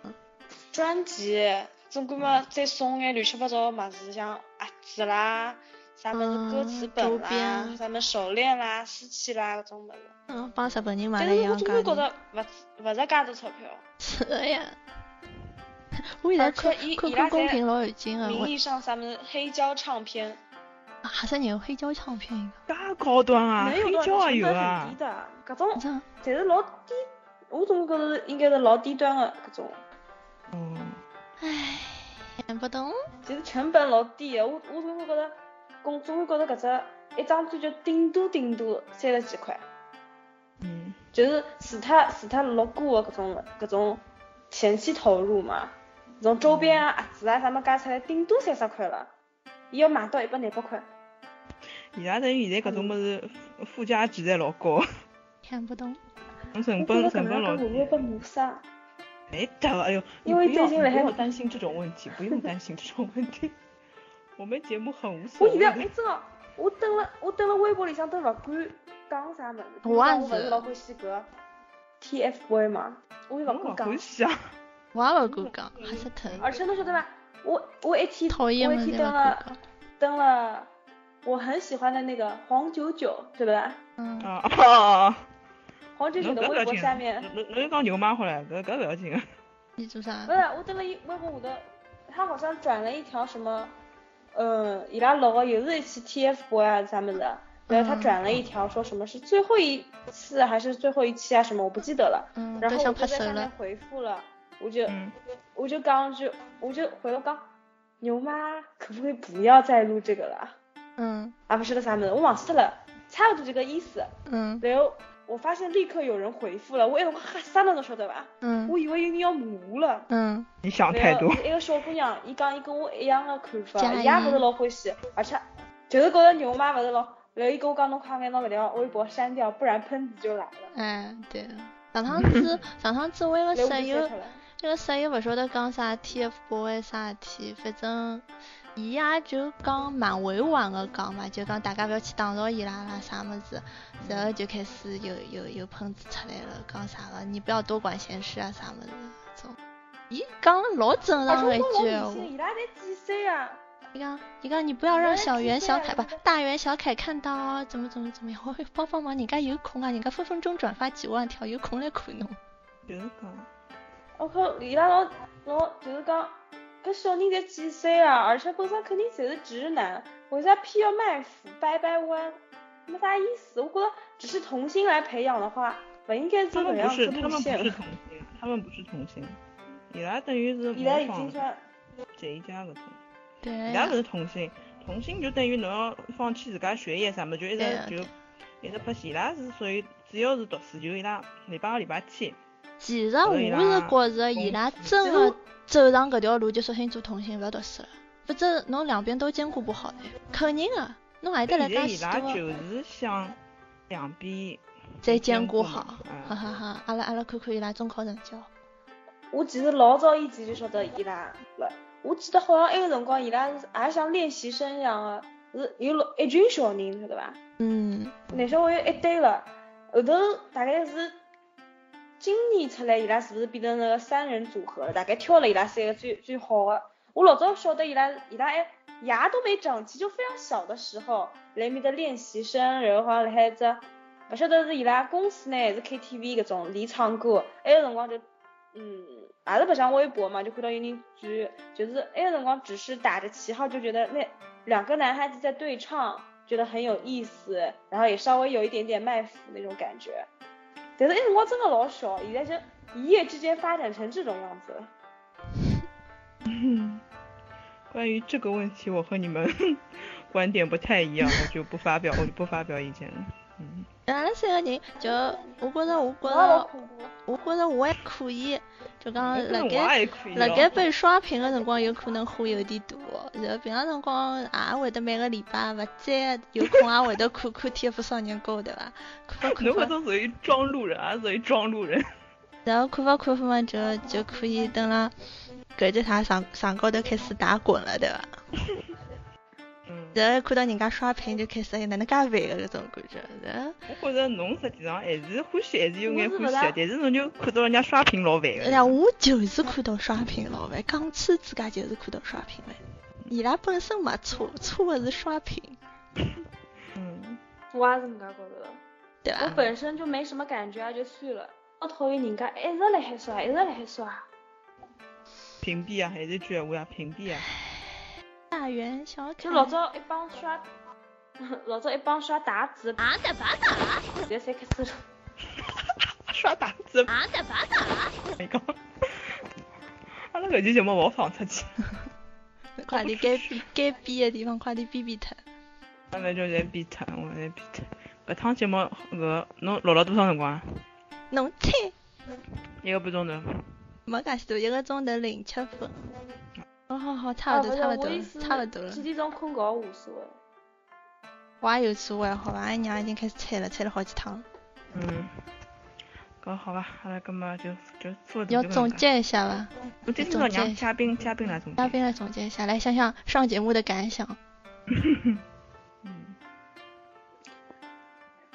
S4: 专辑总归嘛，再送眼乱七八糟个物事，像盒子啦，啥物事歌词
S2: 嗯周
S4: 本
S2: 边
S4: 啦
S2: 啊，
S4: 啥么手链啦、丝器啦搿种物事。
S2: 嗯，帮日本人买
S4: 但
S2: 了
S4: 是
S2: 一
S4: 我
S2: 样
S4: 总归觉
S2: 价。
S4: 着勿值勿值介多钞票。
S2: 是的呀。 我现在
S4: 而
S2: 看
S4: 且伊
S2: 看
S4: 啊伊
S2: 看
S4: 拉
S2: 公
S4: 在
S2: 屏老有劲啊，
S4: 名
S2: 我
S4: 义上啥物事黑胶唱片，
S2: 啊还是有黑胶唱片一个，
S3: 介高端啊，
S4: 没有
S3: 黑
S4: 多
S3: 胶
S4: 少
S3: 也有
S4: 成
S3: 啊。
S4: 本很低的，搿种
S2: 真的
S4: 但是老低，我总觉着应该是老低端的搿种，
S3: 哦，
S2: 唉，哎看不懂。
S4: 其实成本老低的。我我总归觉着，总总归觉着搿只一张专辑顶多顶多三十几块，
S3: 嗯，
S4: 就是除脱除脱录歌的搿种搿种前期投入嘛，搿种周边啊、盒子啊啥么加起来顶多三十块了，伊要卖到一百廿八块。
S3: 伊拉等于现在搿种物事附附加值侪老高，
S2: 看不懂，
S3: 成
S4: 嗯我觉
S3: 本
S4: 着搿
S3: 成本
S4: 能
S3: 老
S4: 介
S3: 低
S4: 会。不会被抹杀？
S3: 没得了，哎呦，你
S4: 因为
S3: 不要
S4: 最近来
S3: 你不要
S4: 还
S3: 担心这种问题，不用担心这种问题。 我们节目很无所
S4: 我
S3: 谓
S4: 现
S3: 的。
S4: 在哎真的，我登了我登了微博里向都勿敢讲啥物事，比如
S2: 我也
S4: 讲我勿
S2: 是
S4: 是老欢喜搿 TFBOY 嘛，我又
S3: 我
S4: 勿
S3: 老
S4: 敢
S3: 欢
S4: 讲。
S3: 喜啊！
S2: 我也不敢讲，还是疼。
S4: 而且侬晓得伐？我我一天
S2: 讨厌
S4: 我
S2: 嘛，
S4: 一
S2: 侪
S4: 天
S2: 不
S4: 登
S2: 敢
S4: 了
S2: 讲。
S4: 登了我很喜欢的那个黄九九，对不对？
S2: 嗯，
S3: 啊啊啊！啊
S4: 黄九九
S3: 侬
S4: 的
S3: 搿不
S4: 微
S3: 要
S4: 博
S3: 紧，
S4: 下面，
S3: 侬侬侬就讲牛妈好了，搿搿不要紧啊。
S2: 你做啥
S4: 不？是我登了一微博下头，他好像转了一条什么，呃，伊拉录的又是一期 TFBOY 啊啥么的。然后他
S2: 嗯
S4: 转了一条，说什么是最后一次还是最后一期啊什么，我不记得了。
S2: 嗯，
S4: 然
S2: 对
S4: 后我
S2: 象
S4: 就
S2: 拍
S4: 在
S2: 手
S4: 下面
S2: 了。
S4: 回复了，我就、
S3: 嗯
S4: 我就刚就我就回了刚，牛妈可不可以不要再录这个了？
S2: 嗯
S4: 啊不是个啥么子，我忘记了，差不多这个意思。
S2: 嗯
S4: 然后我发现立刻有人回复了，我一辰光吓死了，侬晓得伐？
S2: 嗯
S4: 我以为有人要骂我了。
S2: 嗯，
S3: 你想太
S4: 然后
S3: 多。
S4: 一个小姑娘，伊讲伊跟我一样的看
S2: 加
S4: 法，伊
S2: 一
S4: 也勿是老欢喜，而且就是觉得牛哦妈勿是老。然后伊跟我讲侬快眼拿搿条微博删掉，不然喷子就来了。
S2: 哎，对，上 趟子上趟子为了
S4: 来我
S2: 室
S4: 就说
S2: 友
S4: 出，来。
S2: 这个室友勿晓得讲啥 TFBOYS 啥事体，反正伊也就讲蛮委婉个讲嘛，就讲大家勿要去打扰伊拉啦啥么子，然后就开始有有有喷子出来了，讲啥个你不要多管闲事啊啥么子，这种，伊讲老正
S4: 而
S2: 常个
S4: 且
S2: 一
S4: 我
S2: 句闲
S4: 啊老
S2: 话
S4: 迷。信，伊拉才几岁啊？
S2: 你看，你看，你不要让
S4: 原来
S2: 小
S4: 是
S2: 袁、
S4: 这
S2: 小
S4: 样
S2: 凯不
S4: 的
S2: 大袁、小凯看到啊，怎么怎么怎么样，我帮帮忙，人家有空啊，人家分分钟转发几万条，有空啊来看侬。
S3: 就是讲，
S4: 我靠，伊拉老老就是讲，搿小人才几岁啊？而且本身肯定侪是直男，为啥偏要卖腐掰掰弯？没啥意思。我觉着只是童星来培养的话，勿应该
S3: 他
S4: 走搿
S3: 们
S4: 样
S3: 不
S4: 子
S3: 是，他
S4: 路
S3: 们不
S4: 线
S3: 是
S4: 的。
S3: 同性，他们不是同性，伊拉等于是
S4: 伊拉
S3: 模
S4: 已经哎
S3: 仿
S4: 算
S3: 这一家搿种，
S2: 对
S3: 伊拉
S2: 呀
S3: 勿，是同性，同性就等于侬要放弃自家学业啥么，就一
S2: 对
S4: 啊
S3: 直
S2: 的
S3: 就一直拍戏，伊拉是属于主要是读书，就伊拉礼拜二礼拜天，
S2: 其实
S3: 所
S2: 我
S3: 以
S2: 是
S3: 啦
S2: 觉着伊
S3: 公
S2: 拉
S3: 司
S2: 真
S4: 其实
S2: 的
S4: 我
S2: 走上搿条路，就索性做同性，勿要读书了。否则侬两边都兼顾不好的，肯定的。侬
S4: 哎
S2: 何里搭来
S3: 现在
S2: 介
S3: 伊
S2: 许
S3: 拉
S2: 多，
S3: 就是想两边
S2: 再兼
S3: 兼
S2: 顾
S3: 顾
S2: 好
S3: 嘛，
S2: 哈
S3: 嗯
S2: 哈哈！阿拉阿拉看看伊拉中考成绩哦。
S4: 我其实老早以前就晓得伊拉了，我记得好像埃个辰光伊拉是也像练习生一样的，是有老一群小人，晓得伐？
S2: 嗯，
S4: 男小朋友一堆了，后头大概是今年出来，伊拉是不是变成那个三人组合了？大概挑了伊拉三个最最好的。我老早晓得伊拉，伊拉还牙都没长齐，就非常小的时候，来面的练习生，然后好像辣海一只，不晓得是伊拉公司呢还是 KTV 搿种练唱歌，埃个辰光就，嗯，也是白相微博嘛，就看到有人转，就是埃个辰光只是打着旗号，就觉得那两个男孩子在对唱，觉得很有意思，然后也稍微有一点点卖腐那种感觉。哎但是那辰光真的老小，现在就一夜之间发展成这种样子了。
S3: 关于这个问题，我和你们 观点不太一样，我就不发表，我就不发表意见了。嗯，
S2: 阿拉三个人就，我觉着，我觉
S4: 我也老
S2: 着
S4: 恐怖，
S2: 我觉着我还可以，就讲
S3: 但
S2: 辣
S3: 是
S2: 盖
S3: 我也可以
S2: 辣
S3: 哦
S2: 盖被刷屏的辰光，有可能火有点大哦，然后平常辰光也会得每个礼拜勿再有空也会得看看 TF 少年宫，对伐？ 看
S3: 侬
S2: 伐
S3: 搿
S2: 看伐，
S3: 种属于装路人啊，属于装路人。
S2: 然后看伐看伐嘛，就就可以等了搿只啥上上高头开始打滚了，对伐？
S3: 嗯，
S2: 然后看到人家刷屏就开始哎哪能介烦个搿种感觉，然后
S3: 我觉着侬实际上还是欢喜，还是有
S4: 我
S3: 眼
S4: 是
S3: 欢
S4: 不
S3: 喜
S4: 大
S3: 的，但是侬就看到人家刷屏老烦
S2: 哎呀，
S3: 个。
S2: 我就是看到刷屏老板，讲起自家就是看到刷屏了。伊拉本身没错，错的是刷屏，
S3: 嗯，
S4: 我也是搿能介觉着的。
S2: 对
S4: 我
S2: 吧？
S4: 本身就没什么感觉啊，就算了。我讨厌人家哎一直辣海刷，一直辣海刷。
S3: 屏蔽啊，还是一句闲话啊，屏蔽啊。
S2: 大元小凯
S4: 就，老早一帮刷， 老早一帮刷打字，
S2: 啊
S11: あんたバカ
S4: 现在才开始。
S3: 刷打字
S2: 啊
S11: あんたバカ
S3: 没讲。 阿拉啊搿期节目勿好放出去，
S2: 快点该该逼的地方快点逼逼他。
S3: 阿拉就在逼他，我在逼他。搿趟节目搿侬录了多少辰光啊？
S2: 侬猜，
S3: 一个半钟头。
S2: 没介许多，一个钟头零七分。好好好，差 不多，差不多，差不多了
S4: 几。点钟困觉无所谓。
S2: 我也有所谓，好吧？俺哎娘已经开始猜了，猜了好几趟了。
S3: 嗯，搿好吧，阿拉搿么就就做
S2: 要总。结一下吧，
S3: 我今天
S2: 总
S3: 早
S2: 结
S3: 让
S2: 一
S3: 嘉宾嘉宾来总
S2: 嘉
S3: 结。
S2: 宾来总结一下，来想想上节目的感想。
S3: 嗯，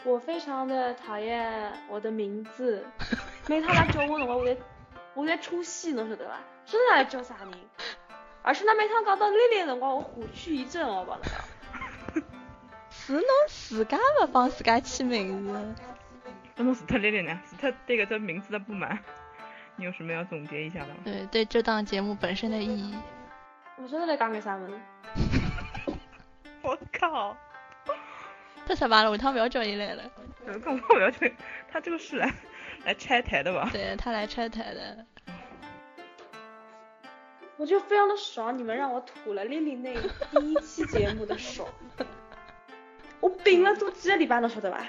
S4: 我非常的讨厌我的名字，每趟来叫我辰光，我在我在出戏，侬晓得伐？真的来叫啥人？而且那每趟讲到丽丽的辰光，我虎躯一震，我帮侬讲。
S2: 是侬自家勿帮自家起名字。
S3: 那侬除特丽丽呢？除特对搿只名字的不满，你有什么要总结一下的吗？
S2: 对对，这档节目本身的意义。
S4: 我真的来讲给啥物事？
S3: 我靠！
S2: 太失败了，我趟不要叫伊来了。
S3: 呃跟我不要去，他这个是来来拆台的吧？
S2: 对他来拆台的，
S4: 我就非常的爽，你们让我吐了丽丽那第一期节目的爽。我病了都几个礼拜，侬晓得伐？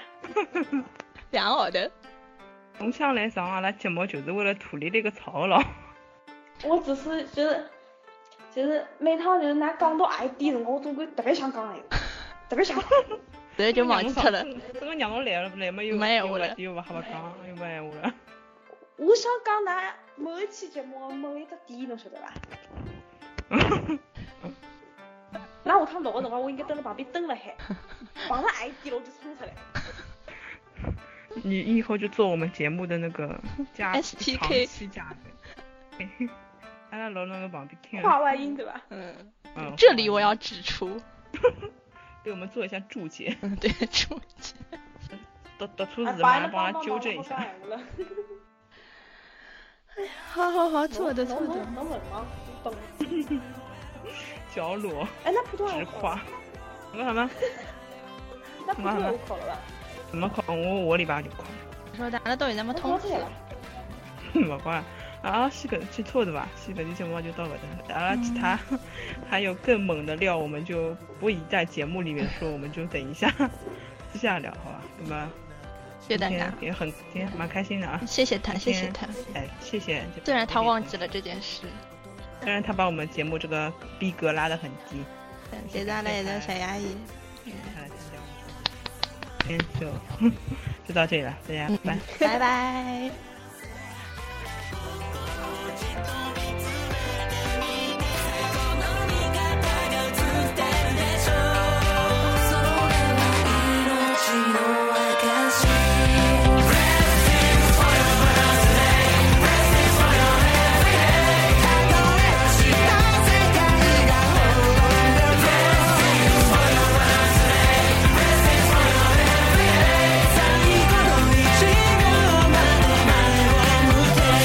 S2: 两个号头。
S3: 侬想啊来上阿拉节目，就是为了吐丽丽个槽了。
S2: 哦
S4: 我只是觉得，就是每趟就是拿讲到 ID 辰光，我总归特别想讲一个，特别想讲。
S2: 直接就忘记
S3: 侬
S2: 脱了。
S3: 这个让侬来了来么又
S2: 没闲
S3: 又
S2: 话
S3: 勿
S2: 了
S3: 又勿好勿讲，又没闲话了。
S4: 我想讲㑚某一期节目的某一只点，侬晓得伐？那下趟录个辰光，我应该蹲辣旁边蹲 辣海，碰着阿姨点了我就冲出来。
S3: 你以后就做我们节目的 那个嘉
S2: STK
S3: 长期嘉宾，阿拉老那个旁边听，
S4: 话外音对吧？
S2: 嗯，
S3: 嗯，
S2: 这里我要指出，
S3: 给我们做一下注 解，
S2: 嗯，对，注解。
S3: 读读错
S4: 啊
S3: 字，马
S4: 把
S3: 上哎帮他纠正一
S4: 侬
S3: 下。
S4: 了。
S2: 好好好， 错的错
S4: 侬
S2: 的。
S4: 侬文盲，你懂。
S3: 角落
S4: 哎，那普通
S3: 直
S4: 话考
S3: 夸什
S4: 了，，
S3: 么什么
S4: 那普通话考了吧？
S3: 什么考？我我礼拜就考，
S2: 说的，阿拉到现在没
S4: 侬考
S2: 通
S4: 出
S2: 知
S4: 来。了。
S3: 不管。啊，是个是错的吧？是本期节目就到这里，当然其他
S2: 嗯
S3: 还有更猛的料，我们就不宜在节目里面说，我们就等一下 私下聊，好吧？那么
S2: 谢谢大
S3: 今天
S2: 家，
S3: 也很今天蛮开心的啊，
S2: 谢谢他，谢谢他。
S3: 哎，谢谢。
S2: 虽然他忘记了这件事，
S3: 虽然他把我们节目这个逼格拉得很低，
S2: 但现在呢也在小嗯阿姨。
S3: 他来参加我们今天就 就到这里了，大家拜拜。
S2: 拜拜。
S12: 最後の一秒まで待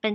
S12: 本